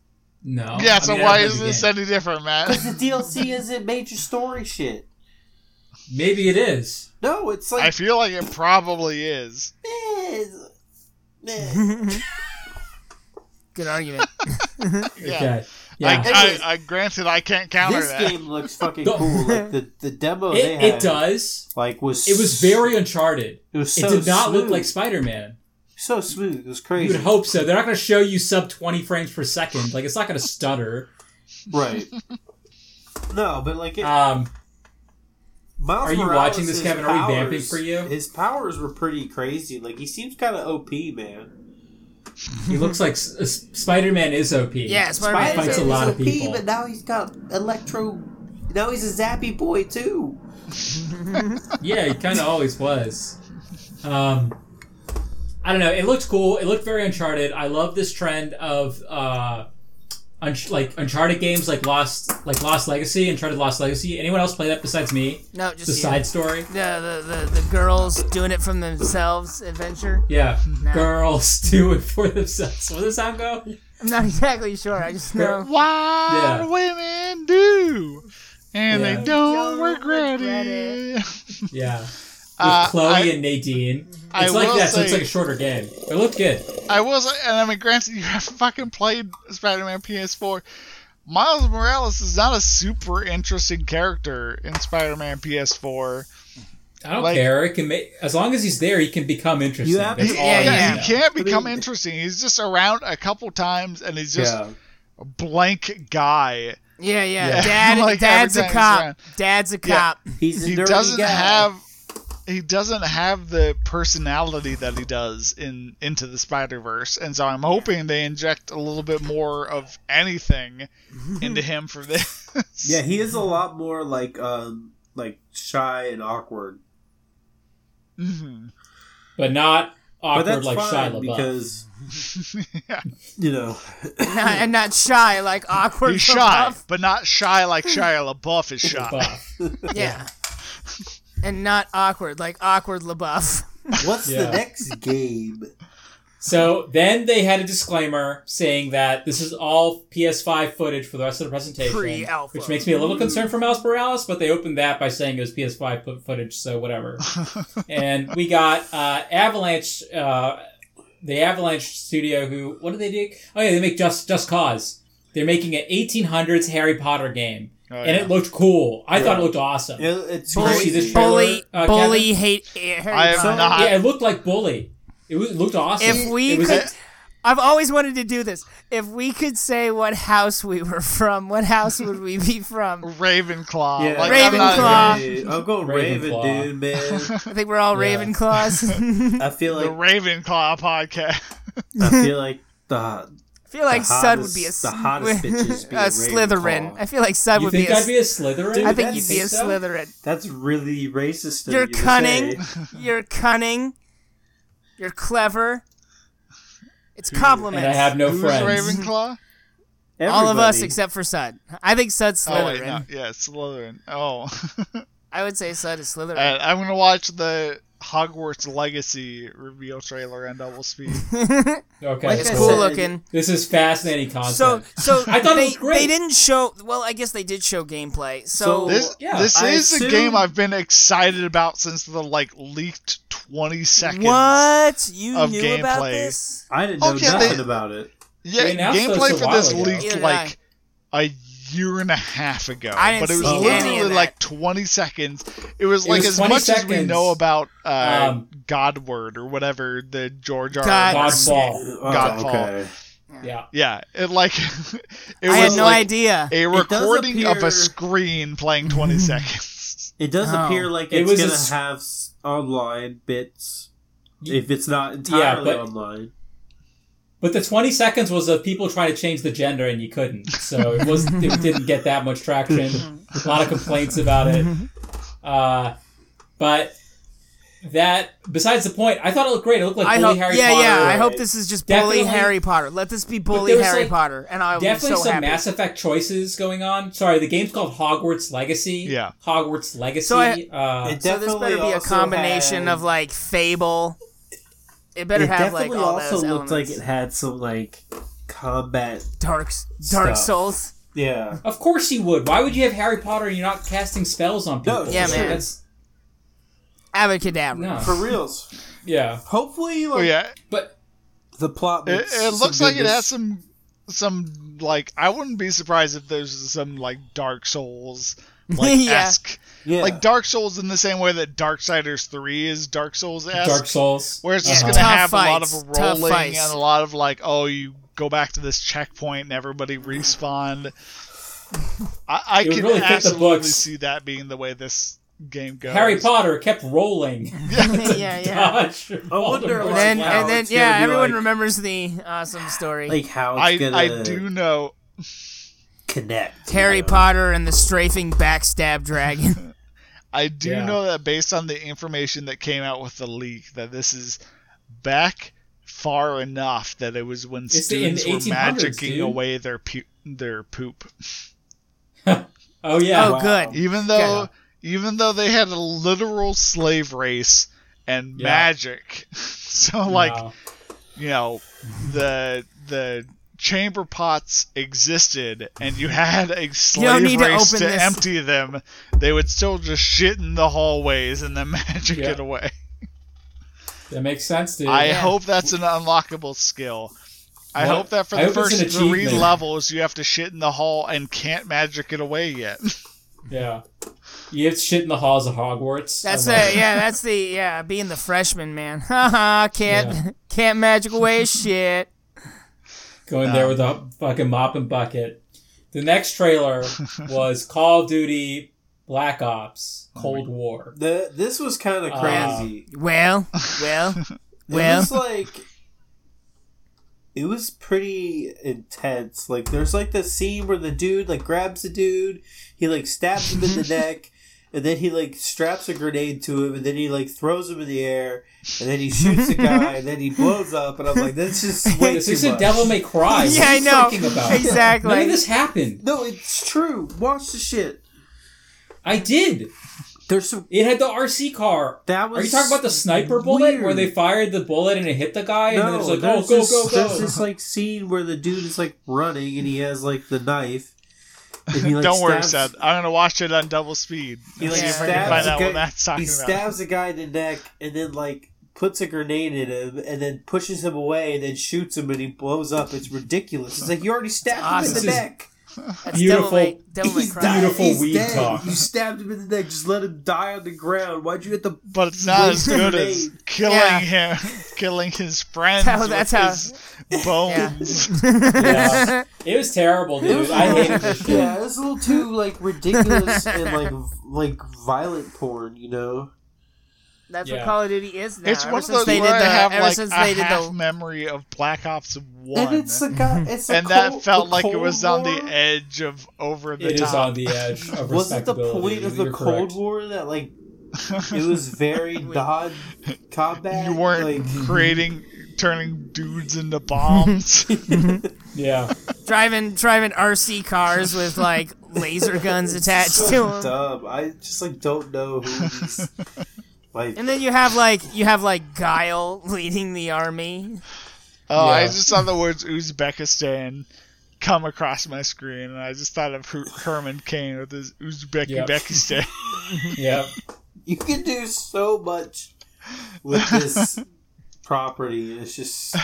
No.
yeah,
Oh, I
so
mean, I
why
don't
is
play the
this
game.
any different, Matt?
The DLC isn't major story shit.
Maybe it is.
No, it's
I
like
feel like it probably is.
eh, it's- eh.
Good argument.
Yeah.
Okay. Yeah.
I, I, I granted I can't counter
this
that.
game looks fucking
Don't-
cool. Like the, the demo they
it,
had,
it does.
Like was
It was very Uncharted.
It was
it
so
did not look
smooth.
like Spider-Man.
so smooth. It was
You
crazy.
would hope so. They're not going to show you sub 20 frames per second. Like it's not going to stutter.
Right. no, but like it,
Um,
Miles
Are you
Morales,
watching this,
his
Kevin? Are we vamping
powers-
for you?
His powers were pretty crazy. Like he seems kind of OP, man.
he looks like S- S- Spider-Man is OP.
Yeah, Spider-Man
Spider-Man fights
is
a lot of
OP,
people.
but now he's got electro. Now he's a zappy boy too.
Yeah, he kind of always was. Um, I don't know. It looked cool. It looked very Uncharted. I love this trend of uh, unch like Uncharted games, like Lost, like Lost Legacy, Uncharted Lost Legacy. Anyone else play that besides me?
No,
The
just you.
side story.
The, the, the the girls doing it from themselves adventure.
Yeah, girls do it for themselves. What does that go?
I'm not exactly sure. I just
Girl-
know.
Why
Yeah.
women do, and
Yeah.
they don't
Don't
regret,
regret
it.
Yeah, with
Uh,
Chloe
I-
and Nadine. It's
I
like
will
that. so it's
say-
like a shorter game. It looked good.
I will say, and I mean, granted, you have fucking played Spider-Man PS4. Miles Morales is not a super interesting character in Spider-Man PS4.
I don't
Like-
care. It can make as long as he's there, he can become interesting.
You have-
That's all
Yeah,
I
yeah.
need
he
to know.
can't become
I mean-
interesting. He's just around a couple times, and he's just
yeah.
a blank guy.
Yeah, yeah.
Yeah.
Dad,
Like, every
dad's a
time he's
cop.
around.
Dad's a
Yeah.
cop.
He's a
He
nerdy
doesn't
guy.
have he doesn't have the personality that he does in Into the Spider Verse, and so I'm hoping they inject a little bit more of anything into him for this.
Yeah, he is a lot more like um like shy and awkward.
Mhm.
but not
But
awkward
that's
like Shia
fine
LaBeouf.
because
yeah.
you know
Not- and not shy, like awkward.
He's shy,
buff.
but not shy like Shia LaBeouf is shy.
LaBeouf.
Yeah. and not awkward, like awkward LaBeouf.
what's
Yeah.
the next game?
So then they had a disclaimer saying that this is all PS5 footage for the rest of the presentation,
Pre-alpha.
which makes me a little concerned for Miles Morales. But they opened that by saying it was PS5 fo- footage, so whatever. and we got uh, Avalanche, uh, the Avalanche studio. Who? What do they do? Oh yeah, they make Just Just Cause. They're making an 1800s Harry Potter game,
Oh,
and
yeah.
it looked cool. I thought it
Yeah.
looked awesome.
It, it's
Did you see
crazy.
this trailer?
Bully,
Uh,
bully, hate eh, Harry
I am
Potter.
not-
yeah, it looked like Bully. It, was, it looked awesome.
If we
It was
could-
a-
I've always wanted to do this. If we could say what house we were from, what house would we be from?
Ravenclaw.
Yeah.
Like, I'm not-
Ravenclaw.
Dude, I'll go Raven,
Ravenclaw.
dude, man.
I think we're all
Yeah.
Ravenclaws.
I feel
the
like
Ravenclaw podcast.
I feel like the
I feel like
The
Sud would be a,
hottest- the hottest bitches be
a
a
Slytherin.
Ravenclaw.
I feel like Sud
you
would be
think
a.
I'd be a Slytherin?
Dude,
I think
that
you'd be a
so?
Slytherin.
that's really racist. of
You're
you to
cunning.
say.
You're cunning. You're clever. It's
And
compliments.
I have no
Who's
friends.
Ravenclaw?
All of us
Everybody.
except for Sud. I think Sud's
Oh, wait,
Slytherin.
no. Yeah, Slytherin. Oh.
I would say Sud is Slytherin.
Uh, I'm going to watch the Hogwarts Legacy reveal trailer on double speed.
Okay,
Like
it's
I
cool.
cool
said-
looking.
This is fascinating content.
So, so
I thought it
they,
was great.
they didn't show. Well, I guess they did show gameplay. So,
So-
This
Yeah,
this
I
is a
assume-
game I've been excited about since the like leaked 20 seconds.
what you
of
knew about
gameplay.
this?
I didn't
Oh,
know
yeah,
nothing
they-
about it.
Yeah,
They announced
gameplay
this a
for this
while ago.
leaked
Neither did
like a year and a half ago,
I didn't
but it was
see
any
literally
of that.
like 20 seconds. It was
It
like
was
as
20
much as we
seconds.
know about uh,
Um,
Godward or whatever the George R. R.
God-
Martin-
Godfall.
Oh,
Godfall.
okay.
Yeah.
Yeah, it like it
I
was
had no
like
idea.
a
does
recording of a
appear-
screen playing 20 seconds.
It does
Oh.
appear like
It
it's
was a
gonna
s-
have s- online bits.
Y-
If it's not entirely
but-
online,
But the 20 seconds was of people trying to change the gender and you couldn't. So it was it didn't get that much traction. A lot of complaints about it. Uh, but that besides the point, I thought it looked great. It looked like
I
Bully
hope,
Harry
yeah,
Potter.
yeah. I hope
right?
this is just
Definitely-
bully Harry Potter. Let this be bully
there was,
Harry
like,
Potter, and I will be
Definitely
so
some
happy.
Mass Effect choices going on. Sorry, the game's called Hogwarts Legacy.
Yeah.
Hogwarts Legacy.
So I-
uh,
It
so this better
definitely
be a
also
combination
had-
of like Fable. It better
it
have like
definitely
all
also
those
looked like
elements.
it had some like combat.
Dark,
stuff.
Dark Souls.
Yeah,
Of course you would. Why would you have Harry Potter and you're not casting spells on people?
No, Yeah,
man.
That's,
Abacadabra.
no.
for reals.
yeah.
Hopefully, like
Oh yeah,
But
the plot.
it,
makes
it
some
looks like it
goodness.
has some some like I wouldn't be surprised if there's some like Dark Souls like
Yeah.
esque
Yeah.
like Dark Souls in the same way that Darksiders three is Dark Souls esque.
Dark Souls.
Where it's just
Uh-huh.
going to
Tough
have a lot
fights,
of
tough
rolling
fights.
and a lot of like, oh, you go back to this checkpoint and everybody respawn. I, I
It would
can
really fit the
absolutely
books.
see that being the way this game goes.
Harry Potter kept rolling.
yeah, yeah.
Dodge.
I wonder,
All the
like,
And then,
Wow,
and then,
it's gonna
yeah,
be
everyone
like-
remembers the awesome story.
like how it's
I,
gonna
I do know.
connect.
Harry
you know?
Potter and the strafing backstab dragon.
I do
Yeah.
know that based on the information that came out with the leak, that this is back far enough that it was when
It's the- in the
students were
1800s,
magicking
dude.
away their pu- their poop.
Oh yeah.
oh,
Wow.
good.
even though even though they had a literal slave race and
Yeah.
magic so like
Wow.
you know the the chamber pots existed and you had a slave
need to
race to,
open this.
empty them they would still just shit in the hallways and then magic
Yeah.
it away
that makes sense, dude.
i
Yeah.
hope that's an unlockable skill I
What-
hope that for
I
the
hope it's an
first three
achievement.
levels you have to shit in the hall and can't magic it away yet.
yeah. You have shit in the halls of Hogwarts.
That's
I love
it. Yeah, that's the yeah being the freshman man. Haha, can't
Yeah.
can't magic away shit.
Going there with
Um,
a fucking mop and bucket. The next trailer was Call of Duty Black Ops, Cold War.
The this was kind of crazy.
Well, well, well.
it was like it was pretty intense. Like there's like the scene where the dude like grabs the dude, he like stabs him in the neck, and then he like straps a grenade to him, and then he like throws him in the air, and then he shoots a guy, and then he blows up, and I'm like, this is just way
This
too
is a
much.
Devil May Cry. what
yeah,
are
I
you
know.
Talking about?
Exactly.
None of this happened.
No, it's true. Watch the shit.
I did.
There's some.
It had the RC car.
That was
Are you talking about the sniper bullet where
weird.
they fired the bullet and it hit the guy and
No,
then it's like, oh,
there's
go,
this,
go, go.
There's this like scene where the dude is like running and he has like the knife. And he, like,
Don't worry,
stabs-
Seth. I'm gonna watch it on double speed.
He like
Yeah.
stabs
If I can
find
a
out what
guy-
Matt's talking
He
about.
stabs a guy in the neck and then like puts a grenade in him and then pushes him away and then shoots him and he blows up. It's ridiculous. It's like you already stabbed him
Awesome.
in the neck.
That's
Beautiful.
Devil May, Devil May
He's
Cry.
dead.
Beautiful
He's
weed
dead.
talk.
You stabbed him in the neck. Just let him die on the ground. Why'd you hit the?
But it's not as good as
Grenade.
killing
Yeah.
him, killing his friends
That's how- that's
with
how-
his bones.
Yeah. It was terrible, dude. I hated this shit.
Yeah, it's a little too like ridiculous and like v- like violent porn. You know.
That's
Yeah.
what Call of Duty is now.
It's
ever
one of
since
those
they
where
did
I
the,
have
ever
like a
since they did
half
the,
memory of Black Ops One,
And it's the guy. It's the
And that
Cold-
felt
the
like it
Cold
was on the
War.
edge of over the
It
top.
is on the edge of
Was it the
respectability.
point of the
You're
Cold
correct.
War that like it was very non-combat?
you weren't
like,
creating, turning dudes into bombs.
Yeah.
driving driving RC cars with like laser guns attached to them.
dumb. I just like don't know who's like.
And then you have like you have like Guile leading the army.
Oh, I
Yeah.
just saw the words Uzbekistan come across my screen, and I just thought of Her- Herman Cain with his Uzbek
Yep.
Uzbekistan.
Yeah.
You can do so much with this property. It's just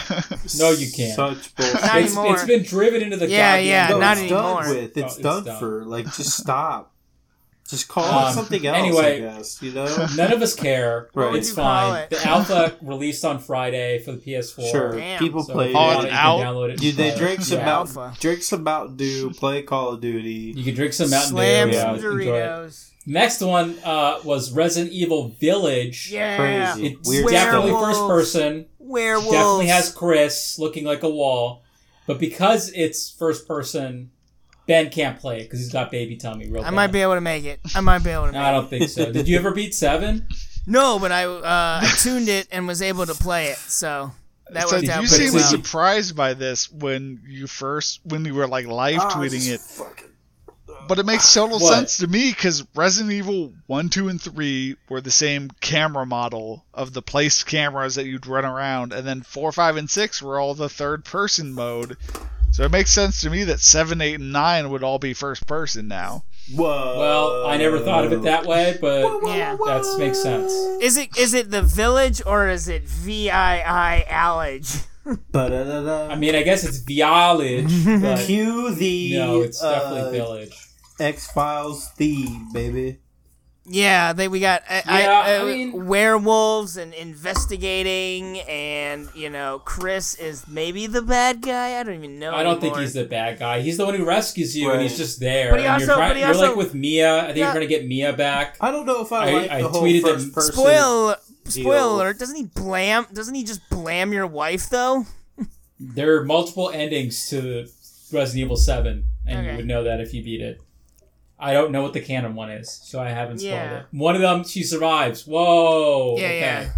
No, you can't.
Such
Not
bullshit.
It's,
anymore.
it's been driven into the
Yeah,
goddamn
yeah,
No,
not
it's
ground.
done
anymore.
with. It's
Oh, it's
done
done.
for. Like, just stop. Just call
Um,
it something else.
anyway.
I guess you know.
None of us care.
Right.
It's
What would you call
fine.
it?
The alpha released on Friday for the PS4.
Sure,
Damn.
people
So if
play.
you
it.
Oh, it's
want it, you
out?
Can download it and
You, they
play it.
drink some
Yeah.
Mountain,
Alpha.
drink some Mountain Dew, play Call of Duty.
You can drink some Mountain
Slam
Dew.
some
yeah, enjoy it.
Doritos.
Next one uh, was Resident Evil Village.
Yeah.
Crazy.
It's
Weird.
definitely
Werewolves.
first person.
Werewolves.
Definitely has Chris looking like a wall, but because it's first person, Ben can't play it because he's got baby tummy. Real
I might
bad.
be able to make it. I might be able to make
I
it.
don't think so. Did you ever beat seven?
No, but I uh, I tuned it and was able to play it, so that
so
worked out
you
pretty
seemed
seem
well.
surprised by this when you first, when you were like live
Ah,
tweeting
just
it,
fucking- uh,
but it makes total
What?
sense to me because Resident Evil One, Two, and Three were the same camera model of the placed cameras that you'd run around, and then Four, Five, and Six were all the third person mode. So it makes sense to me that seven, eight, and nine would all be first person now.
Whoa.
Well, I never thought of it that way, but
Yeah.
that makes sense.
Is it is it the village or is it V I I allege?
I
Ba-da-da-da.
mean, I guess it's Village, but
Cue the
no, it's definitely
uh,
Village.
X Files theme, baby.
Yeah, they we got I,
Yeah,
I,
I
uh,
mean-
werewolves and investigating, and you know Chris is maybe the bad guy. I don't even know.
I don't think
anymore.
he's the bad guy. He's the one who rescues you, and he's
Right.
just there.
But he
and
also-
you're, trying-
but he
you're
also-
like with Mia. I think
Yeah.
you're gonna get Mia back.
I don't know if I,
I-
like the
I
whole
tweeted that-
first person.
Spoil spoiler
deal.
alert! Doesn't he blam? Doesn't he just blam your wife though?
There are multiple endings to Resident Evil 7, and
Okay.
you would know that if you beat it. I don't know what the canon one is, so I haven't spoiled
Yeah.
it. One of them, she survives. Whoa!
Yeah,
okay.
yeah.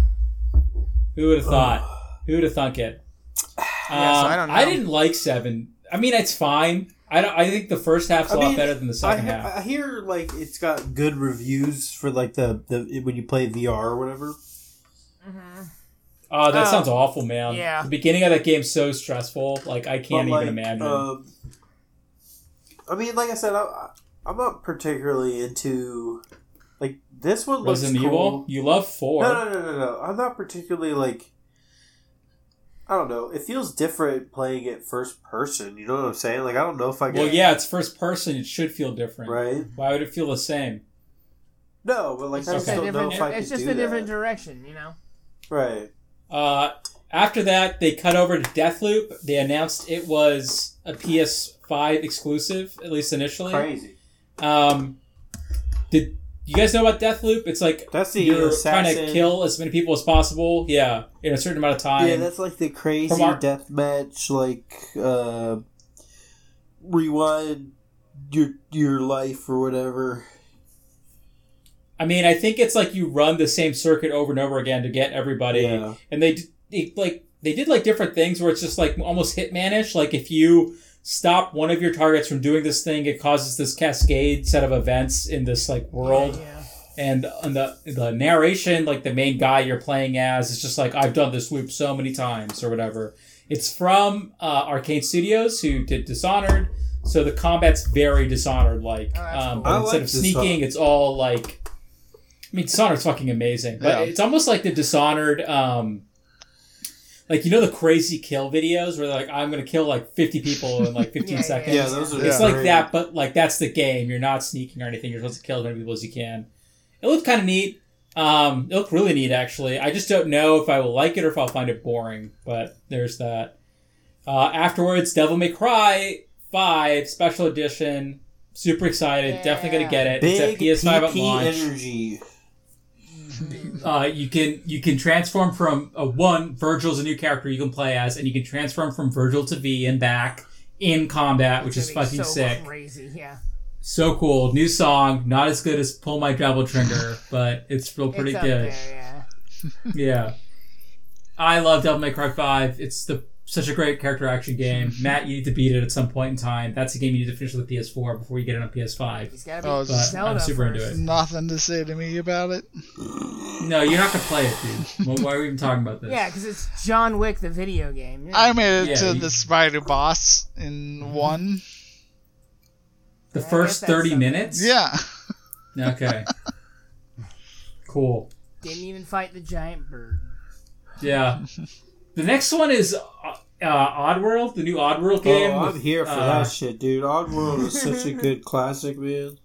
Who would have thought? Who would have thunk it?
Yeah, so I don't
Um, I
know.
didn't like 7. I mean, it's fine. I, don't, I think the first half's a
I
lot
mean,
better than the
I,
second
he-
half.
I hear like it's got good reviews for like the, the when you play VR or whatever.
Mm-hmm.
Oh, that
Oh.
sounds awful, man.
Yeah.
The beginning of that game's so stressful. Like, I can't even
But, like,
imagine.
Um, I mean, like I said, I- I, I'm not particularly into like this one looks
Resident
cool.
Evil? You love 4.
No, no, no, no, no. I'm not particularly like. I don't know. It feels different playing it first person. You know what I'm saying? Like I don't know if I.
Well,
get-
yeah, it's first person. It should feel different.
Right.
Why would it feel the same?
No, but like I just
just a
don't know if I
it's
could
just
do
a different
that.
direction, you know.
Right.
Uh, after that, they cut over to Deathloop. They announced it was a PS5 exclusive, at least initially.
Crazy.
Um, Did you guys know about Death Loop? It's like
That's the
you're trying
assassin-
to kill as many people as possible. Yeah, in a certain amount of time.
yeah, that's like the crazy
From our-
death match, like uh, rewind your your life or whatever.
I mean, I think it's like you run the same circuit over and over again to get everybody,
Yeah.
and they, d- they like they did like different things where it's just like almost hitmanish. Like if you stop one of your targets from doing this thing, it causes this cascade set of events in this like world.
Yeah.
And on the the narration, like the main guy you're playing as, is just like I've done this loop so many times or whatever. It's from uh, Arcane Studios who did Dishonored, so the combat's very Dishonored like.
Oh, that's cool.
Um, but
I
instead
like
of sneaking,
Dishonored.
it's all like. I mean, Dishonored's fucking amazing, but
Yeah.
it's almost like the Dishonored. Um, like you know the crazy kill videos where they're like I'm gonna kill like 50 people in like 15
Yeah, yeah,
seconds.
Yeah, those are
It's
great.
like that, but like that's the game. You're not sneaking or anything. You're supposed to kill as many people as you can. It looked kind of neat. Um, it looked really neat, actually. I just don't know if I will like it or if I'll find it boring. But there's that. Uh, afterwards, Devil May Cry Five Special Edition. Super excited. Definitely gonna get it.
Big
it's at PS5 at
PP
launch.
energy.
Uh, you can you can transform from uh, one Virgil's a new character you can play as, and you can transform from Virgil to V and back in combat, which is
Gonna be
fucking
so
sick.
Crazy, yeah.
So cool. New song. Not as good as Pull My Travel Trigger, but it's still pretty
it's
good.
Up there, yeah.
Yeah. I love Devil May Cry 5. It's the such a great character action game. Matt, you need to beat it at some point in time. That's a game you need to finish with the PS4 before you get it on PS5.
He's gotta be
Oh, it's- But
Zelda
I'm super into
first.
it.
Nothing to say to me about it.
No, you're not going to play it, dude. Well, why are we even talking about this?
Yeah, because it's John Wick, the video game. Yeah.
I made it
Yeah,
to
you-
the spider boss in one.
the
I guess
first
that's
30
something.
minutes?
Yeah.
Okay. cool.
Didn't even fight the giant bird.
Yeah. The next one is uh, Oddworld, the new Oddworld game.
Oh, I'm
with,
here for
uh,
that shit, dude. Oddworld is such a good classic, man.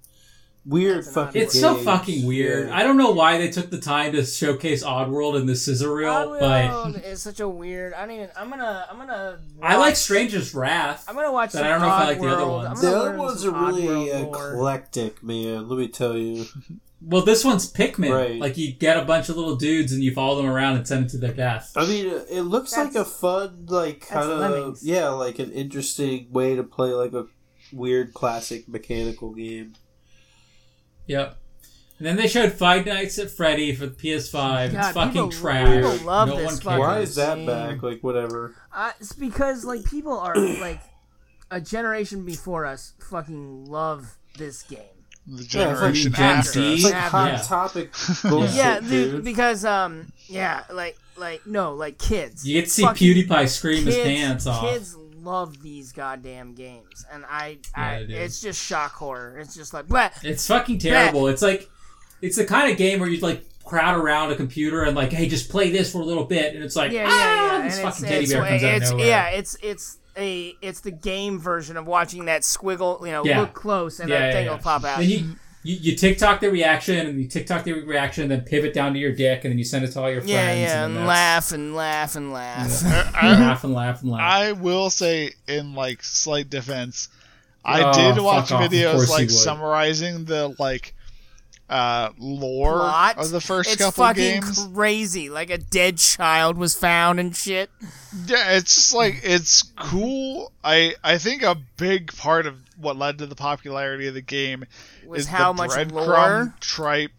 Weird
That's an
fucking.
It's so
games.
fucking weird.
Yeah.
I don't know why they took the time to showcase Oddworld in the scissor reel, but
Oddworld is such a weird. I don't even. I'm gonna. I'm gonna.
I like
watch-
Stranger's Wrath.
I'm gonna watch.
but I
some
don't know if I like the other
Oddworld.
ones.
I'm gonna
The other
learn
ones are
some
really
Oddworld lore.
eclectic, man. Let me tell you.
Well, this one's Pikmin.
Right.
Like you get a bunch of little dudes and you follow them around and send them to their death.
I mean, it looks
That's-
like a fun, like
that's
kind of
Lemmings.
yeah, like an interesting way to play like a weird classic mechanical game.
Yep. And then they showed Five Nights at Freddy for the PS5.
God,
it's fucking
people-
trash.
people love
no
this
one
fucking-
cares.
Why is that
Interesting.
back? Like whatever.
Uh, it's because like people are like a generation before us fucking love this game.
Yeah,
The
it's like
generation
Gen
after.
Z.
It's like hot
Yeah.
topic bullshit,
Yeah, dude,
dude.
because um, yeah, like like no, like kids.
You get to see
Fucking
PewDiePie scream his pants off.
Kids love these goddamn games, and I,
Yeah,
I
they do.
it's just shock horror. It's just like, bleh.
It's fucking terrible. It's like it's the kind of game where you'd like crowd around a computer and like, hey, just play this for a little bit, and it's like,
yeah, yeah,
ah,
yeah. And
this
it's,
fucking
it's,
teddy bear comes out of
it's-
nowhere.
yeah, it's it's a it's the game version of watching that squiggle. You know,
Yeah.
look close, and
Yeah,
that
yeah,
thing
yeah.
will pop out.
Then you, you you TikTok the reaction and you TikTok the reaction, then pivot down to your dick, and then you send it to all your friends.
yeah, yeah,
and,
and
then that's-
laugh and laugh and laugh.
I- I-
laugh and laugh and laugh.
I will say, in like slight defense,
Oh,
I did watch
fuck off, of course
videos
you
like
would.
summarizing the like uh lore
Plot.
of the first
it's
couple
fucking
games.
crazy. Like a dead child was found and shit.
yeah, it's just like it's cool. I I think a big part of what led to the popularity of the game
Was
is
how
the
much
breadcrumb
lore?
tripe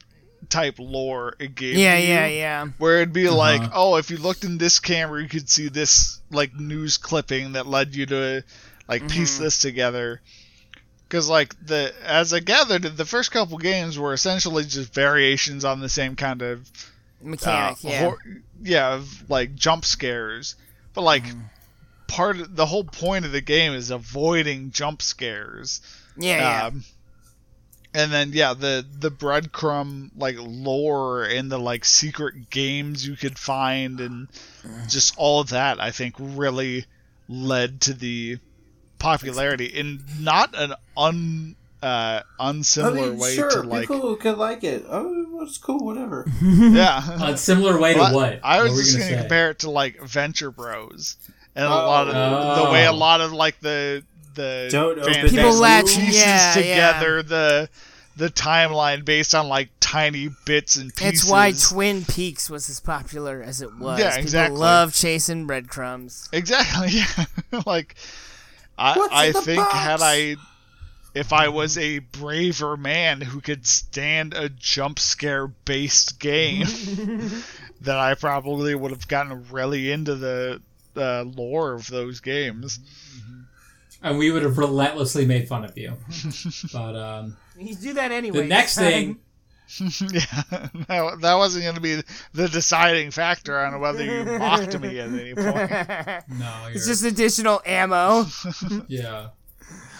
type lore it gave.
Yeah,
you.
yeah, yeah.
where it'd be like, oh, if you looked in this camera, you could see this like news clipping that led you to like piece this together. Because like the as I gathered, the first couple games were essentially just variations on the same kind of uh,
Mechanic. yeah.
hor- yeah, of, like jump scares, but like. Part of, the whole point of the game is avoiding jump scares.
yeah, yeah.
Um, and then yeah, the the breadcrumb like lore and the like secret games you could find and just all that I think really led to the popularity in not an un uh
I
unsimilar
mean,
way
sure,
to like
people could like it. Oh, it's cool, whatever.
yeah.
a similar way to
Well,
what?
I was
What were you
just
gonna
gonna
say?
compare it to like Venture Bros and a lot of
Oh.
the way a lot of like the the
Don't open
fan
that
People
base
latch-
pieces
yeah, yeah.
together the the timeline based on like tiny bits and pieces.
It's why Twin Peaks was as popular as it was.
Yeah,
People
exactly.
love chasing breadcrumbs.
Exactly. Yeah. like I
What's in
I
the
think
box?
had I if I was a braver man who could stand a jump scare based game, that I probably would have gotten really into the uh, lore of those games.
and we would have relentlessly made fun of you. But um,
You do that anyway.
the next thing,
yeah, no, that wasn't going to be the deciding factor on whether you mocked me at any point.
no, you're,
It's just additional ammo.
yeah.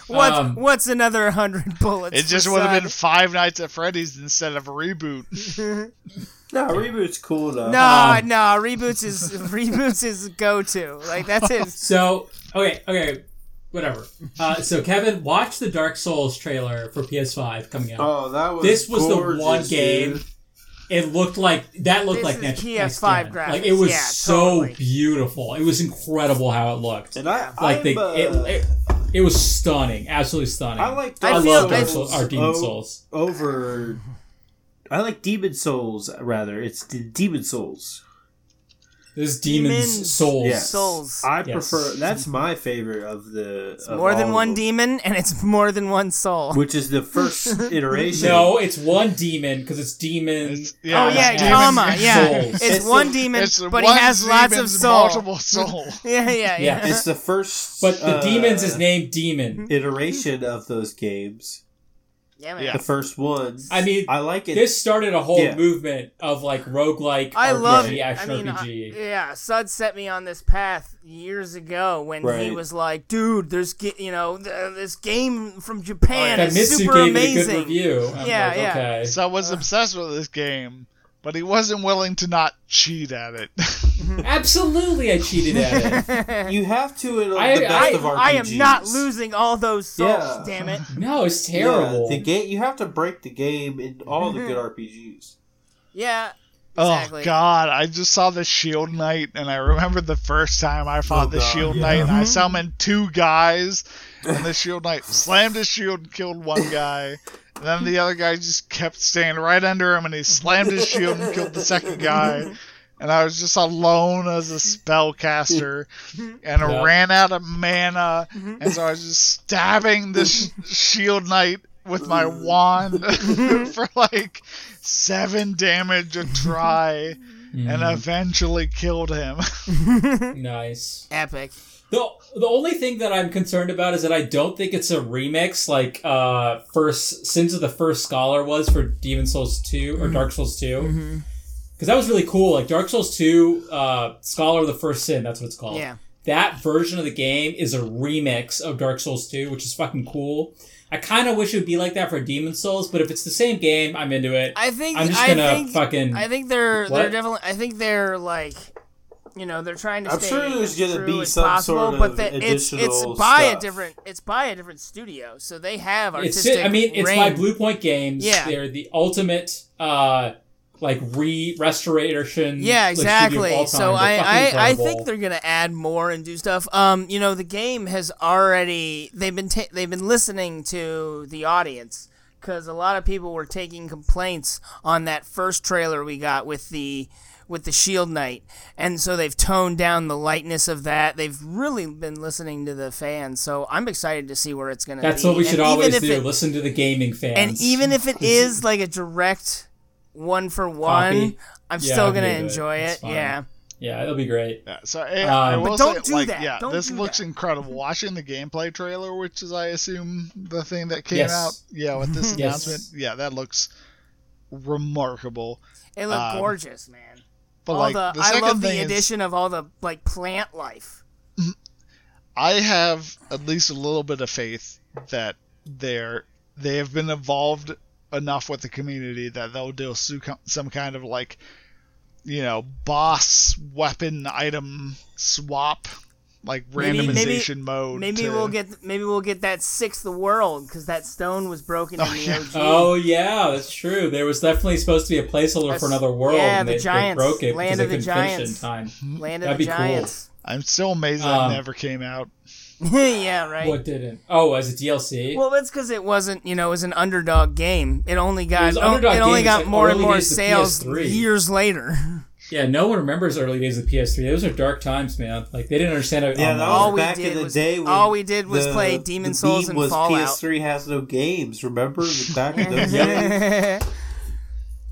What's,
Um,
what's another 100 bullets?
It just
for
would have
Sonic?
been Five Nights at Freddy's instead of a reboot.
No, reboot's cool though.
No,
Um,
no, reboots is reboots is go to. Like that's his
So okay, okay, whatever. Uh, so Kevin, watch the Dark Souls trailer for PS5 coming out.
Oh, that was
this was the
gorgeous,
one game.
dude.
It looked like that looked
This
like
is
next,
PS5
next gen.
graphics.
Like it was
Yeah,
so
totally.
beautiful. It was incredible how it looked.
And I
Like
I'm,
they,
uh,
it, it, it was stunning, absolutely stunning.
I like
I
I
Dark Oh.
love
feel-
Dark
I-
Souls, or Demon
o-
Souls.
over. I like Demon Souls rather. It's the Demon Souls.
This is Demon
Demon
Souls.
Yes.
Souls.
I
Yes.
prefer. That's my favorite of the. of
more
all
than
of
one
them,
demon and it's more than one soul.
Which is the first iteration.
No, it's one demon because it's demon.
It's-
Oh
it's
yeah,
demon
demons
comma,
and
yeah.
souls.
It's,
It's
one
the-
demon,
It's
but
one
he has lots of
demon's
soul.
Multiple soul.
Yeah, yeah, yeah.
Yeah.
It's the first.
but the
uh,
demon's is named
Mm-hmm.
Demon.
Iteration of those games.
Yeah, man.
Yeah.
The first one.
I mean,
I like it.
This started a whole
Yeah.
movement of like roguelike
I
RPG,
love it. I
action
mean, I-
RPG.
yeah, Sud set me on this path years ago when he
Right.
was like, "Dude, there's ga- you know th- this game from Japan
that
is
Mitsu
super
gave it a
amazing."
good review. I'm
Yeah,
like,
yeah.
Okay.
So I was obsessed with this game, but he wasn't willing to not cheat at it.
Mm-hmm,
Absolutely, I cheated at it.
you have to in the
I-
best
I,
of RPGs.
I am not losing all those souls,
Yeah.
damn it.
No, it's
Yeah,
terrible.
the game. You have to break the game in all the good RPGs.
Yeah,
Oh
exactly.
god, I just saw the Shield Knight and I remember the first time I fought
Oh,
the
God,
Shield
yeah.
Knight and
Mm-hmm.
I summoned two guys and the Shield Knight slammed his shield and killed one guy. And then the other guy just kept staying right under him and he slammed his shield and killed the second guy. And I was just alone as a spellcaster
Mm-hmm.
and I
Yeah.
ran out of mana and so I was just stabbing this shield knight with my wand
Mm-hmm.
for like seven damage a try
Mm-hmm.
and eventually killed him.
nice.
Epic.
The the only thing that I'm concerned about is that I don't think it's a remix like uh first Sins of the First Scholar was for Demon Souls 2
Mm-hmm.
or Dark Souls 2. Cuz that was really cool. Like Dark Souls 2 uh Scholar of the First Sin, that's what it's
Oh.
called.
Yeah.
That version of the game is a remix of Dark Souls 2, which is fucking cool. I kind of wish it would be like that for Demon Souls, but if it's the same game, I'm into it.
I think
I'm just
I
gonna
think,
fucking-
I think they're
What?
they're definitely. I think they're like, you know, they're trying to.
I'm
stay
sure there's
as
gonna
true
be
as
some
possible,
sort
but
of
the- it's it's
additional
by a
stuff.
different it's by a different studio, so they have
It's
artistic.
just, I mean, it's by
range.
Blue Point Games.
Yeah.
They're the ultimate, uh, like re restoration.
Yeah,
like, studio of
exactly.
all time.
so
They're
I,
fucking
I, I
incredible.
think they're gonna add more and do stuff. Um, you know, the game has already they've been ta- they've been listening to the audience because a lot of people were taking complaints on that first trailer we got with the with the Shield Knight, and so they've toned down the lightness of that. They've really been listening to the fans, so I'm excited to see where it's gonna.
that's
be.
what we should
and even
always
if
do.
it-
Listen to the gaming fans.
and even if it is like a direct one for one,
Copy.
I'm
Yeah,
still
I'm
gonna
into it.
enjoy
It's
it.
fine.
Yeah.
yeah, it'll be great.
Yeah, so I, I
Um,
will
But don't
say,
do
like,
that.
yeah,
Don't
this
do
looks
that.
incredible. Watching the gameplay trailer, which is, I assume, the thing that came
Yes.
out, yeah, with this
Yes.
announcement, yeah, that looks remarkable.
It looked
Um,
gorgeous, man.
But
all
like,
the,
the
I
second
love the
thing is,
addition of all the like plant life.
I have at least a little bit of faith that they're they have been involved enough with the community that they'll do su- some kind of like you know boss weapon item swap like
Maybe-
randomization
maybe-
mode
Maybe
to-
we'll get maybe we'll get that sixth world because that stone was broken in the
yeah.
OG.
Oh yeah, that's true. There was definitely supposed to be a placeholder
That's-
for another world,
yeah,
and
the
they,
giants.
they broke it because
Land
they
of the
couldn't finish it in
giants.
time.
Land of
That'd
the
be cool.
Giants.
i'm still amazed that
Um,
never came out
yeah, right.
What didn't? Oh, as a DLC.
Well, that's because it wasn't, you know, it was an underdog game. It only
It
got
was
it,
underdog games,
only got
like
more and
early
more
days of
sales
PS3.
years later.
yeah, no one remembers early days of PS3. Those are dark times, man. Like they didn't understand it.
Yeah, that
All
was
we
back
did
in the
was-
day. When
all we did was
the-
play Demon
the
Souls
beat
and
was
Fallout.
PS3 has no games. Remember the back in those days?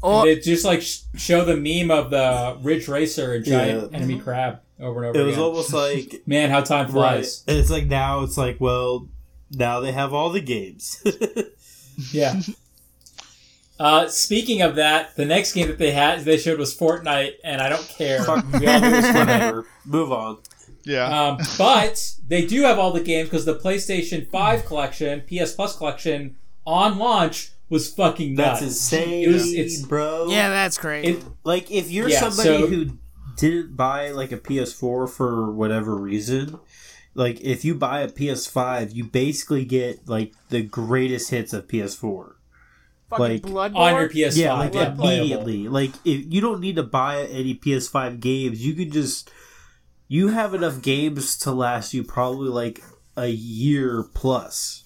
or
They just like sh- show the meme of the Ridge Racer and giant
Yeah.
enemy
Mm-hmm.
crab over and over
It was
again.
almost like
Man, how time
right.
flies.
And it's like now it's like well now they have all the games.
Yeah. Uh, speaking of that, the next game that they had they showed was Fortnite, and I don't care. We all know it's Fortnite.
Whatever. Move on.
Yeah.
Um, but they do have all the games because the PlayStation 5 collection, PS Plus collection on launch was fucking nuts.
That's insane,
It was- it's-
bro.
yeah, that's crazy.
It-
Like if you're
Yeah,
somebody
so-
who didn't buy like a PS4 for whatever reason, like if you buy a PS5, you basically get like the greatest hits of PS4. like,
Fucking Bloodborne.
on your PS5.
Yeah, like
yeah, playable.
immediately. Like if you don't need to buy any PS5 games, you could just you have enough games to last you probably like a year plus.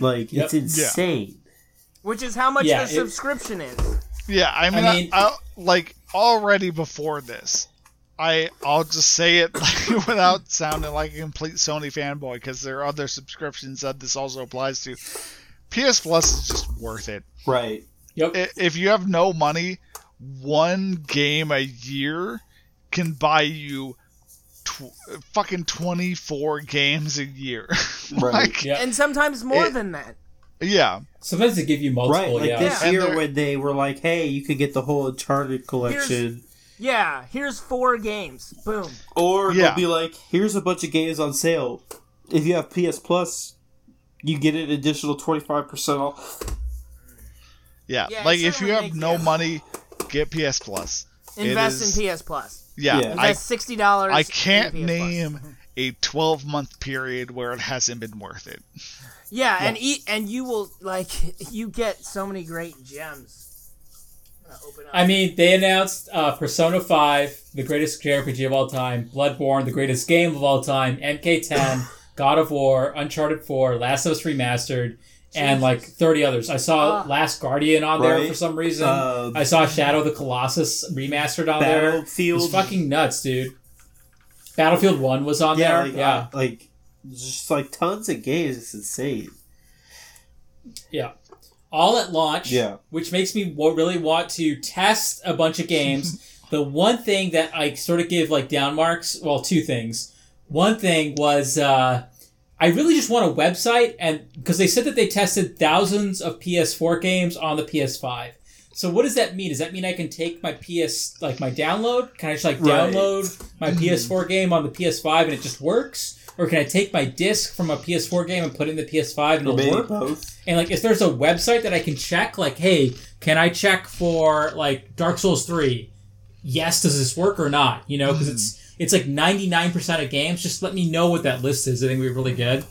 Like
Yep.
it's insane.
which is how much
Yeah,
the
it-
subscription is.
Yeah, I mean, I
mean-
I, like already before this, I I'll just say it like, without sounding like a complete Sony fanboy because there are other subscriptions that this also applies to. PS Plus is just worth it.
Right.
Yep.
I- If you have no money, one game a year can buy you tw- fucking 24 games a year.
Right.
like,
Yeah.
And sometimes more
It-
than that.
yeah.
Sometimes they give you
Right,
multiple.
like
yeah.
this
And
year
they're-
when they were like, "Hey, you could get the whole Uncharted collection,"
Yeah, here's four games. Boom.
or
Yeah.
they'll be like, "Here's a bunch of games on sale. If you have PS Plus, you get an additional twenty five percent off."
Yeah.
Yeah,
like if
it's not
you
like
have
they
no
do.
money, get PS Plus. It
Invest
is-
in PS Plus.
Yeah.
Yeah.
I
Invest sixty dollars.
I can't
in PS Plus.
name a 12 month period where it hasn't been worth it.
Yeah, and eat, and you will like you get so many great gems. I'm gonna open up.
I mean, they announced uh, Persona 5, the greatest JRPG of all time, Bloodborne, the greatest game of all time, MK10, God of War, Uncharted 4, Last of Us Remastered, and like 30 others. I saw
Ah.
Last Guardian on there
Right.
for some reason.
Uh,
I saw Shadow of the Colossus remastered on there. It's
Battlefield,
fucking nuts, dude. Battlefield 1 was on
yeah,
there.
like,
yeah.
uh, like just like tons of games. It's insane.
Yeah. All at launch.
Yeah.
Which makes me wa- really want to test a bunch of games. the one thing that I sort of give like down marks, well, two things. One thing was uh, I really just want a website, and because they said that they tested thousands of PS4 games on the PS5. So what does that mean? Does that mean I can take my PS like my download? Can I just like
Right. Mm-hmm.
download my PS4 game on the PS5 and it just works? Or can I take my disc from a PS4 game and put it in the PS5 and it'll
Maybe
work?
both.
And like, if there's a website that I can check, like, hey, can I check for like Dark Souls three? Yes, does this work or not? You know, because
Hmm.
it's it's like ninety nine percent of games. Just let me know what that list is. I think we're really good.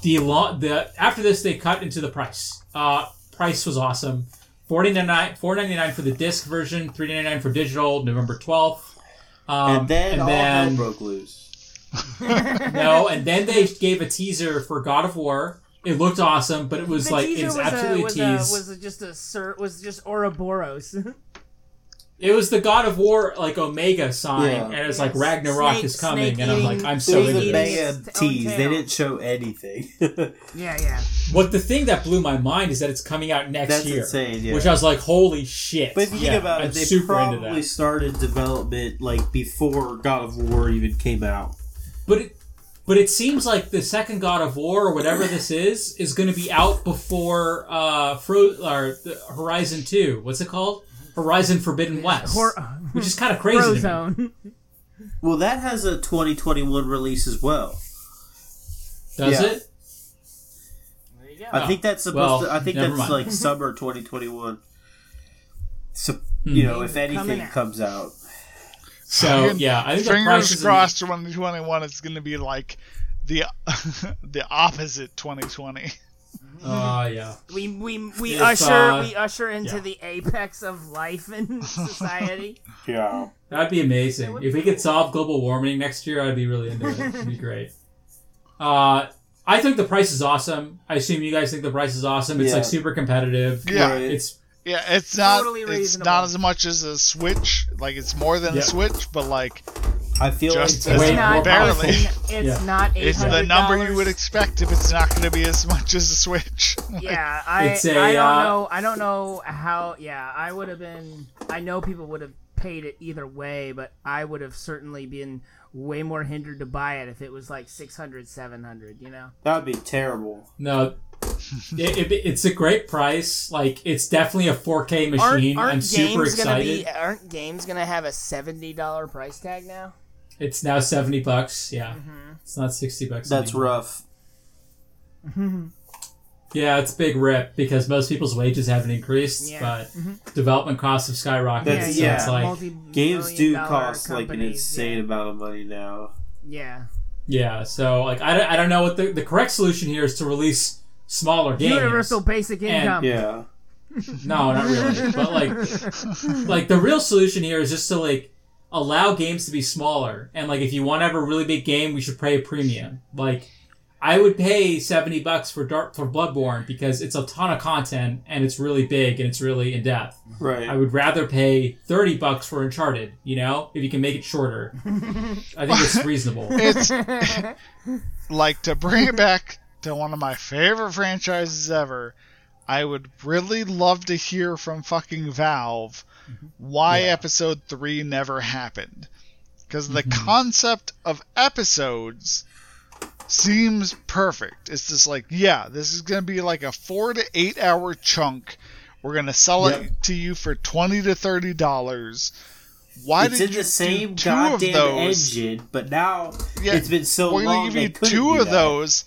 The lo- the after this they cut into the price. Uh, price was awesome. Forty nine four ninety nine for the disc version, three ninety nine for digital, November twelfth. Um,
and then all
then-
hell broke loose.
no, and then they gave a teaser for God of War. It looked awesome, but it was
the
like it
teaser
was
was, a,
absolutely
was,
a
a,
tease.
was a- just a sir was just Ouroboros.
It was the God of War like Omega sign,
Yeah.
and it was like Ragnarok
Snake-
is coming,
snake
and I'm like,
eating-
I'm
It
so
was
into
a
eating
this.
bad
its own
tease. They
tail.
didn't show anything.
yeah, yeah.
What the thing that blew my mind is that it's coming out next
That's
year,
insane. Yeah.
which I was like, holy shit!
But if you
Yeah,
think about
I'm
it, they
super into
probably
that.
started development like before God of War even came out.
But it, but it seems like the second God of War or whatever this is is going to be out before uh, Fro- or the Horizon Two. What's it called? Horizon Forbidden West,
Hor-
which is kind of crazy. to me.
Frozone.
Well, that has a 2021 release as well.
Does
Yeah.
it?
There you go.
I think that's supposed
Well,
to. I think
never
that's
mind.
like summer 2021. So,
Hmm.
you know, if anything
Coming out.
comes out,
So yeah, I think the price
Fingers
is
crossed 2021 is going to be like the the opposite 2020.
Mm-hmm.
Oh uh, yeah.
we we we
If,
usher
uh,
we usher into
yeah.
the apex of life in society.
yeah,
That'd be amazing. If we could solve global warming next year, I'd be really into it. It'd be great. Uh, I think the price is awesome. I assume you guys think the price is awesome. It's
Yeah.
like super competitive.
Yeah.
Right.
It's
Yeah, it's not
Totally
it's
reasonable.
not as much as a Switch. Like it's more than
Yeah.
a Switch, but like
I feel
Just
like
Wait,
It's
more
not.
barely.
It's
Yeah.
not eight
it's
hundred.
the number you would expect if it's not going to be as much as a Switch.
Yeah, I,
It's
I
a,
I don't
uh,
know. I don't know how. Yeah, I would have been. I know people would have paid it either way, but I would have certainly been way more hindered to buy it if it was like 600 700 you know
that'd be terrible.
no. it, it, it's a great price. Like it's definitely a 4K machine. I'm super excited.
aren't games gonna have a $70 price tag now
It's now 70 bucks. Yeah. It's not 60 bucks.
That's
anymore.
rough.
Yeah, it's a big rip because most people's wages haven't increased,
Yeah.
but development costs have skyrocketed.
That's-
so
yeah.
it's like,
multi-million
Games do
dollar
cost like an
companies,
insane amount of money now.
yeah,
yeah. So like, I don't, I don't know what the, the correct solution here is to release smaller
yeah.
games.
universal basic income
Yeah,
No, not really. but like, like the real solution here is just to like allow games to be smaller. And like, if you want to have a really big game, we should pay a premium. Like, I would pay seventy bucks for Dark for Bloodborne because it's a ton of content and it's really big and it's really in depth.
right.
I would rather pay thirty bucks for Uncharted. You know, if you can make it shorter, I think it's reasonable.
It's like to bring it back to one of my favorite franchises ever. I would really love to hear from fucking Valve
Mm-hmm.
why episode 3 never happened. Because the
Mm-hmm.
concept of episodes seems perfect. It's just like, yeah, this is going to be like a four to eight hour chunk. We're going to sell
Yeah.
it to you for 20 to $30. Why
it's
did
in
you
the same
do two of
goddamn
those?
engine, but now
Yeah,
it's been so
we're
long.
gonna
they
give you
couldn't
two
do
of
that. Mm-hmm.
those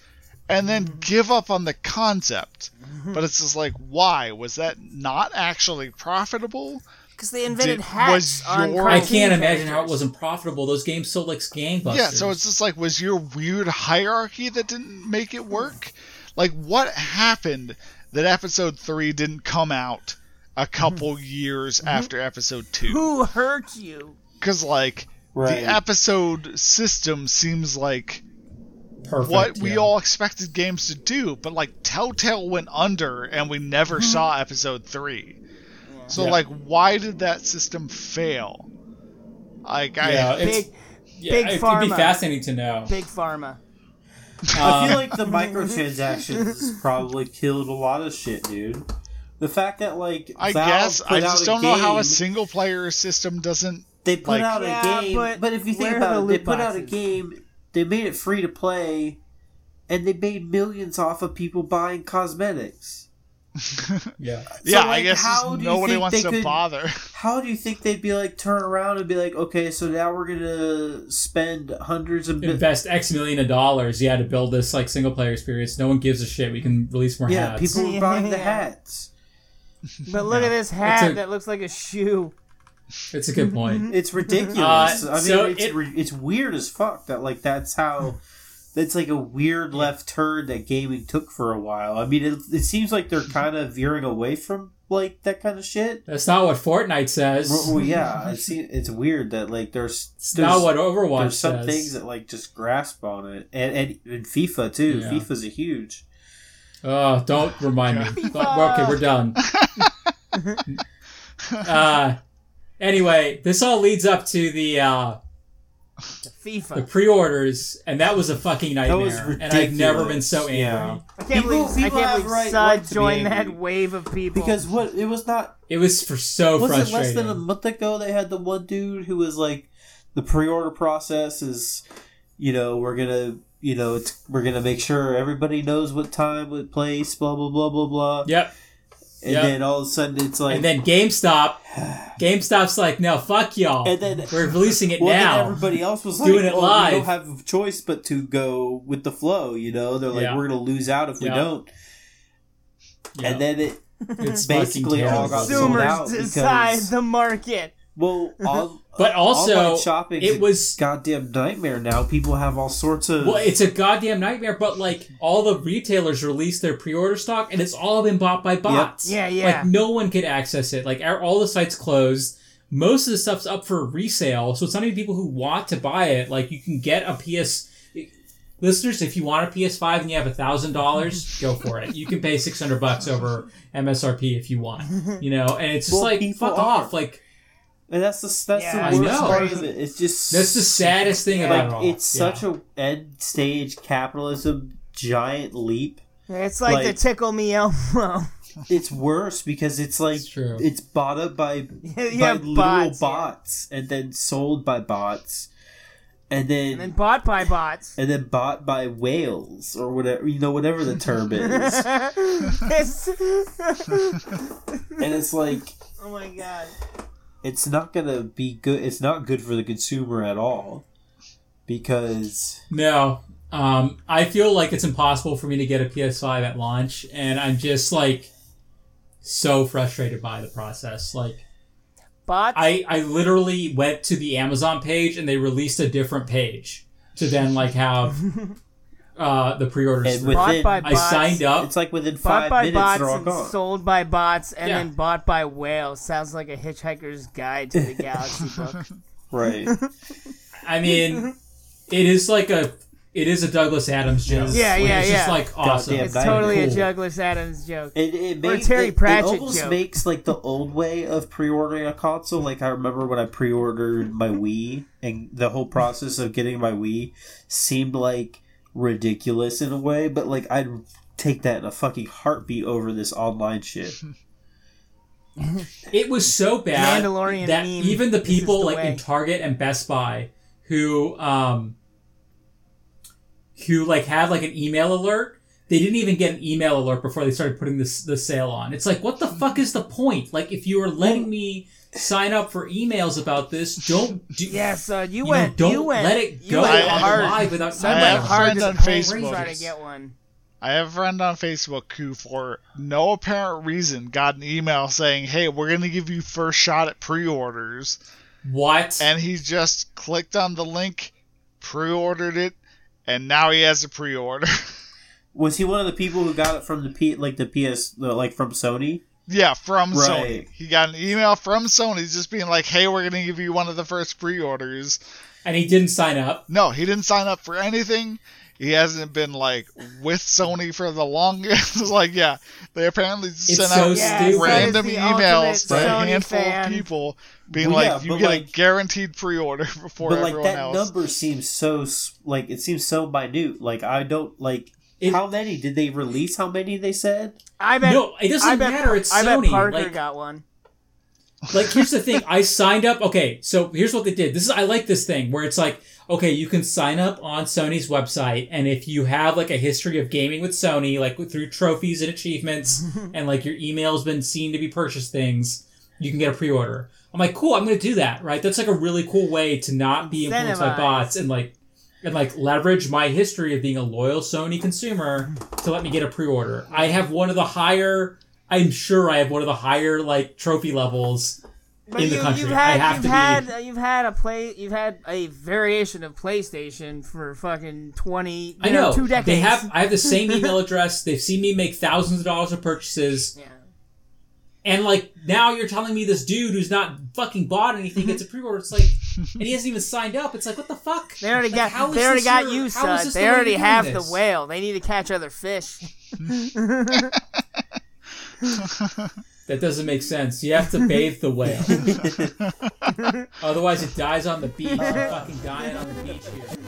and then give up on the concept but it's just like why was that not actually profitable
because they invented
Did-
hacks
was
on
your-
I
cartoon
can't imagine how it
characters.
wasn't profitable. Those games sold like gangbusters.
yeah so it's just like was your weird hierarchy that didn't make it work like what happened that episode 3 didn't come out a couple years after episode 2
Who hurt you?
because like
Right.
the episode system seems like
perfect.
what we
yeah.
all expected games to do, but like Telltale went under and we
Mm-hmm.
never saw episode three. So
Yeah.
like why did that system fail? Like
Yeah,
I
it's,
Big,
yeah,
big
it- it'd be
pharma.
fascinating to know. Um,
big pharma.
I
Uh,
feel like the microtransactions probably killed a lot of shit, dude. The fact that like
I
Valve
guess
put
I
out
just
a
don't know how a
game-
single player system doesn't
they put
like-
out a
Yeah,
game,
but
but, if you
where
think
are
about
the
it, they
loot
put out a
boxes?
game, they made it free to play, and they made millions off of people buying cosmetics.
Yeah.
Yeah, I
like,
guess
how
just
do you
nobody
think
wants
they
to
could-
bother.
How do you think they'd be like turn around and be like, okay, so now we're gonna spend hundreds of bi-
Invest X million of dollars, yeah, to build this like single player experience. No one gives a shit. We can release more
yeah,
hats.
people were buying the
Yeah.
hats.
But look at this hat
a-
that looks like a shoe.
It's a
Mm-hmm.
good point.
It's ridiculous.
Uh,
I mean,
so
it's
it-
re- it's weird as fuck that like that's how. That's like a weird left turn that gaming took for a while. I mean, it, it seems like they're
Mm-hmm.
kind of veering away from like that kind of shit.
That's not what Fortnite says.
Well, well, yeah, I see. It's weird that like there's
it's
there's,
not what Overwatch
there's some
says.
things that like just grasp on it, and and, and FIFA too.
Yeah.
FIFA's a huge.
Oh, don't remind me. But- well, okay, we're done. uh, anyway, this all leads up to the uh,
It's a
the
FIFA.
pre-orders, and that was a fucking nightmare.
was
And I've never been
ridiculous.
so angry.
Yeah.
I can't
People-
believe, I
people
can't
have
believe
right
Sud
right to be
joined
angry.
that wave of people.
Because what it was not
It was for so
was it
frustrating.
less than a month ago they had the one dude who was like the pre-order process is you know we're gonna you know it's we're gonna make sure everybody knows what time what place blah blah blah blah blah
Yep.
and
yeah.
then all of a sudden it's like
And then GameStop, GameStop's like, no, fuck y'all.
And then-
we're releasing it
well, then
now.
everybody else was
Doing
like,
it
"Well,
live."
We don't have a choice but to go with the flow. You know, they're like,
Yeah.
"We're going to lose out if we
Yeah.
don't."
Yeah.
And then it
it's
basically
basically
all got sold out
consumers decide
because-
the market.
well, all,
But also,
online shopping.
it was-
goddamn nightmare. Now people have all sorts of
Well, it's a goddamn nightmare. But like, all the retailers release their pre-order stock, and it's all been bought by bots.
Yeah, yeah.
Like no one could access it. Like our, all the sites closed. Most of the stuff's up for resale, so it's not even people who want to buy it. Like you can get a PS. Listeners, if you want a PS5 and you have a thousand dollars, go for it. You can pay six hundred bucks over MSRP if you want. You know, and it's just
Well,
like
people
fuck
are.
off. Like
And that's the that's
Yeah, I
the worst
know.
part of it. It's just
that's the saddest thing about it
like
all.
it's
Yeah.
such a end stage capitalism giant leap.
It's like, the
Like-
tickle me Elmo.
It's worse because it's like
It's true.
it's bought up by by
yeah,
literal
bots.
bots,
yeah.
and then sold by bots, and then
And then bought by bots.
and then bought by whales or whatever you know whatever the term is.
Oh It's-
and it's like
oh my god.
it's not gonna be good. It's not good for the consumer at all because
No. Um, I feel like it's impossible for me to get a PS5 at launch, and I'm just like so frustrated by the process. Like
Bots.
I, I literally went to the Amazon page and they released a different page to then like have uh, the pre-orders.
and
through.
Bought
within
by
I signed up.
it's like within
bought
five
by
minutes
bots
they're all
and
gone.
sold by bots and
Yeah.
then bought by whales. Sounds like a Hitchhiker's Guide to the Galaxy book.
right.
I mean, it is like a it is a Douglas Adams joke.
Yeah,
where
yeah,
It's just
yeah.
like awesome.
Goddamn
It's
Nice.
totally a
Cool.
Douglas Adams joke.
It, it
Or a
makes
Terry
it,
Pratchett
it almost
joke.
makes like the old way of pre-ordering a console. Like I remember when I pre-ordered my Wii, and the whole process of getting my Wii seemed like ridiculous in a way. But like I'd take that in a fucking heartbeat over this online shit.
It was so bad
Mandalorian
that
meme.
even the
This is
people
the
like
way.
in Target and Best Buy who um who like had like an email alert, they didn't even get an email alert before they started putting this the sale on. It's like what the fuck is the point? Like if you are letting me sign up for emails about this, don't do
Yeah, son, uh, you,
you know,
went.
don't
you went.
let it
you
go
went
I-
on
hard.
live without
I
I
signing
went
have
up.
a
hard
friend
this
on
whole
Facebook.
reason to get one.
I have a friend on Facebook who, for no apparent reason, got an email saying, "Hey, we're going to give you first shot at pre-orders,"
What?
and he just clicked on the link, pre-ordered it, and now he has a pre-order.
Was he one of the people who got it from the P, like the PS, the- like from Sony?
yeah, from
Right.
Sony. He got an email from Sony just being like, "Hey, we're going to give you one of the first pre-orders."
And he didn't sign up.
No, he didn't sign up for anything. He hasn't been like with Sony for the longest. like, yeah, they apparently just
It's
sent
so
out
Yeah, stupid. that
is
random
the
emails to
ultimate
a
Sony
handful
fan.
of people, being
Well, yeah,
like, "You
but,
get a
like-
guaranteed pre-order before
but like
everyone
that
else."
number seems so s- like it seems so minute. Like I don't like
It-
how many did they release? How many they said?
I bet.
No, it doesn't
I bet,
matter, it's
I
Sony,
bet Parker
like-
got one.
Like here's the thing, I signed up. Okay, so here's what they did. This is I like this thing where it's like, okay, you can sign up on Sony's website, and if you have like a history of gaming with Sony, like with- through trophies and achievements, and like your email's been seen to be purchased things, you can get a pre-order. I'm like, cool, I'm gonna do that. Right? That's like a really cool way to not be influenced by
Incentivized.
bots and like and like leverage my history of being a loyal Sony consumer to let me get a pre-order. I have one of the higher. I'm sure I have one of the higher like trophy levels
But
in the
you,
country.
You've had,
I have
you've
to be-
had, uh, you've had a play, you've had a variation of PlayStation for fucking twenty, you
I know.
two decades.
They have. I have the same email address. They've seen me make thousands of dollars of purchases,
Yeah.
and like now you're telling me this dude who's not fucking bought anything gets a pre-order. It's like, and he hasn't even signed up. It's like, what the fuck?
Mm-hmm. They already
Like,
got.
how is
they already
this
got
your- how
you,
is
son.
this the
They
way
already
you're
have
doing
the
this?
whale. They need to catch other fish.
That doesn't make sense. You have to bathe the whale, otherwise it dies on the beach. I'm fucking dying on the beach here.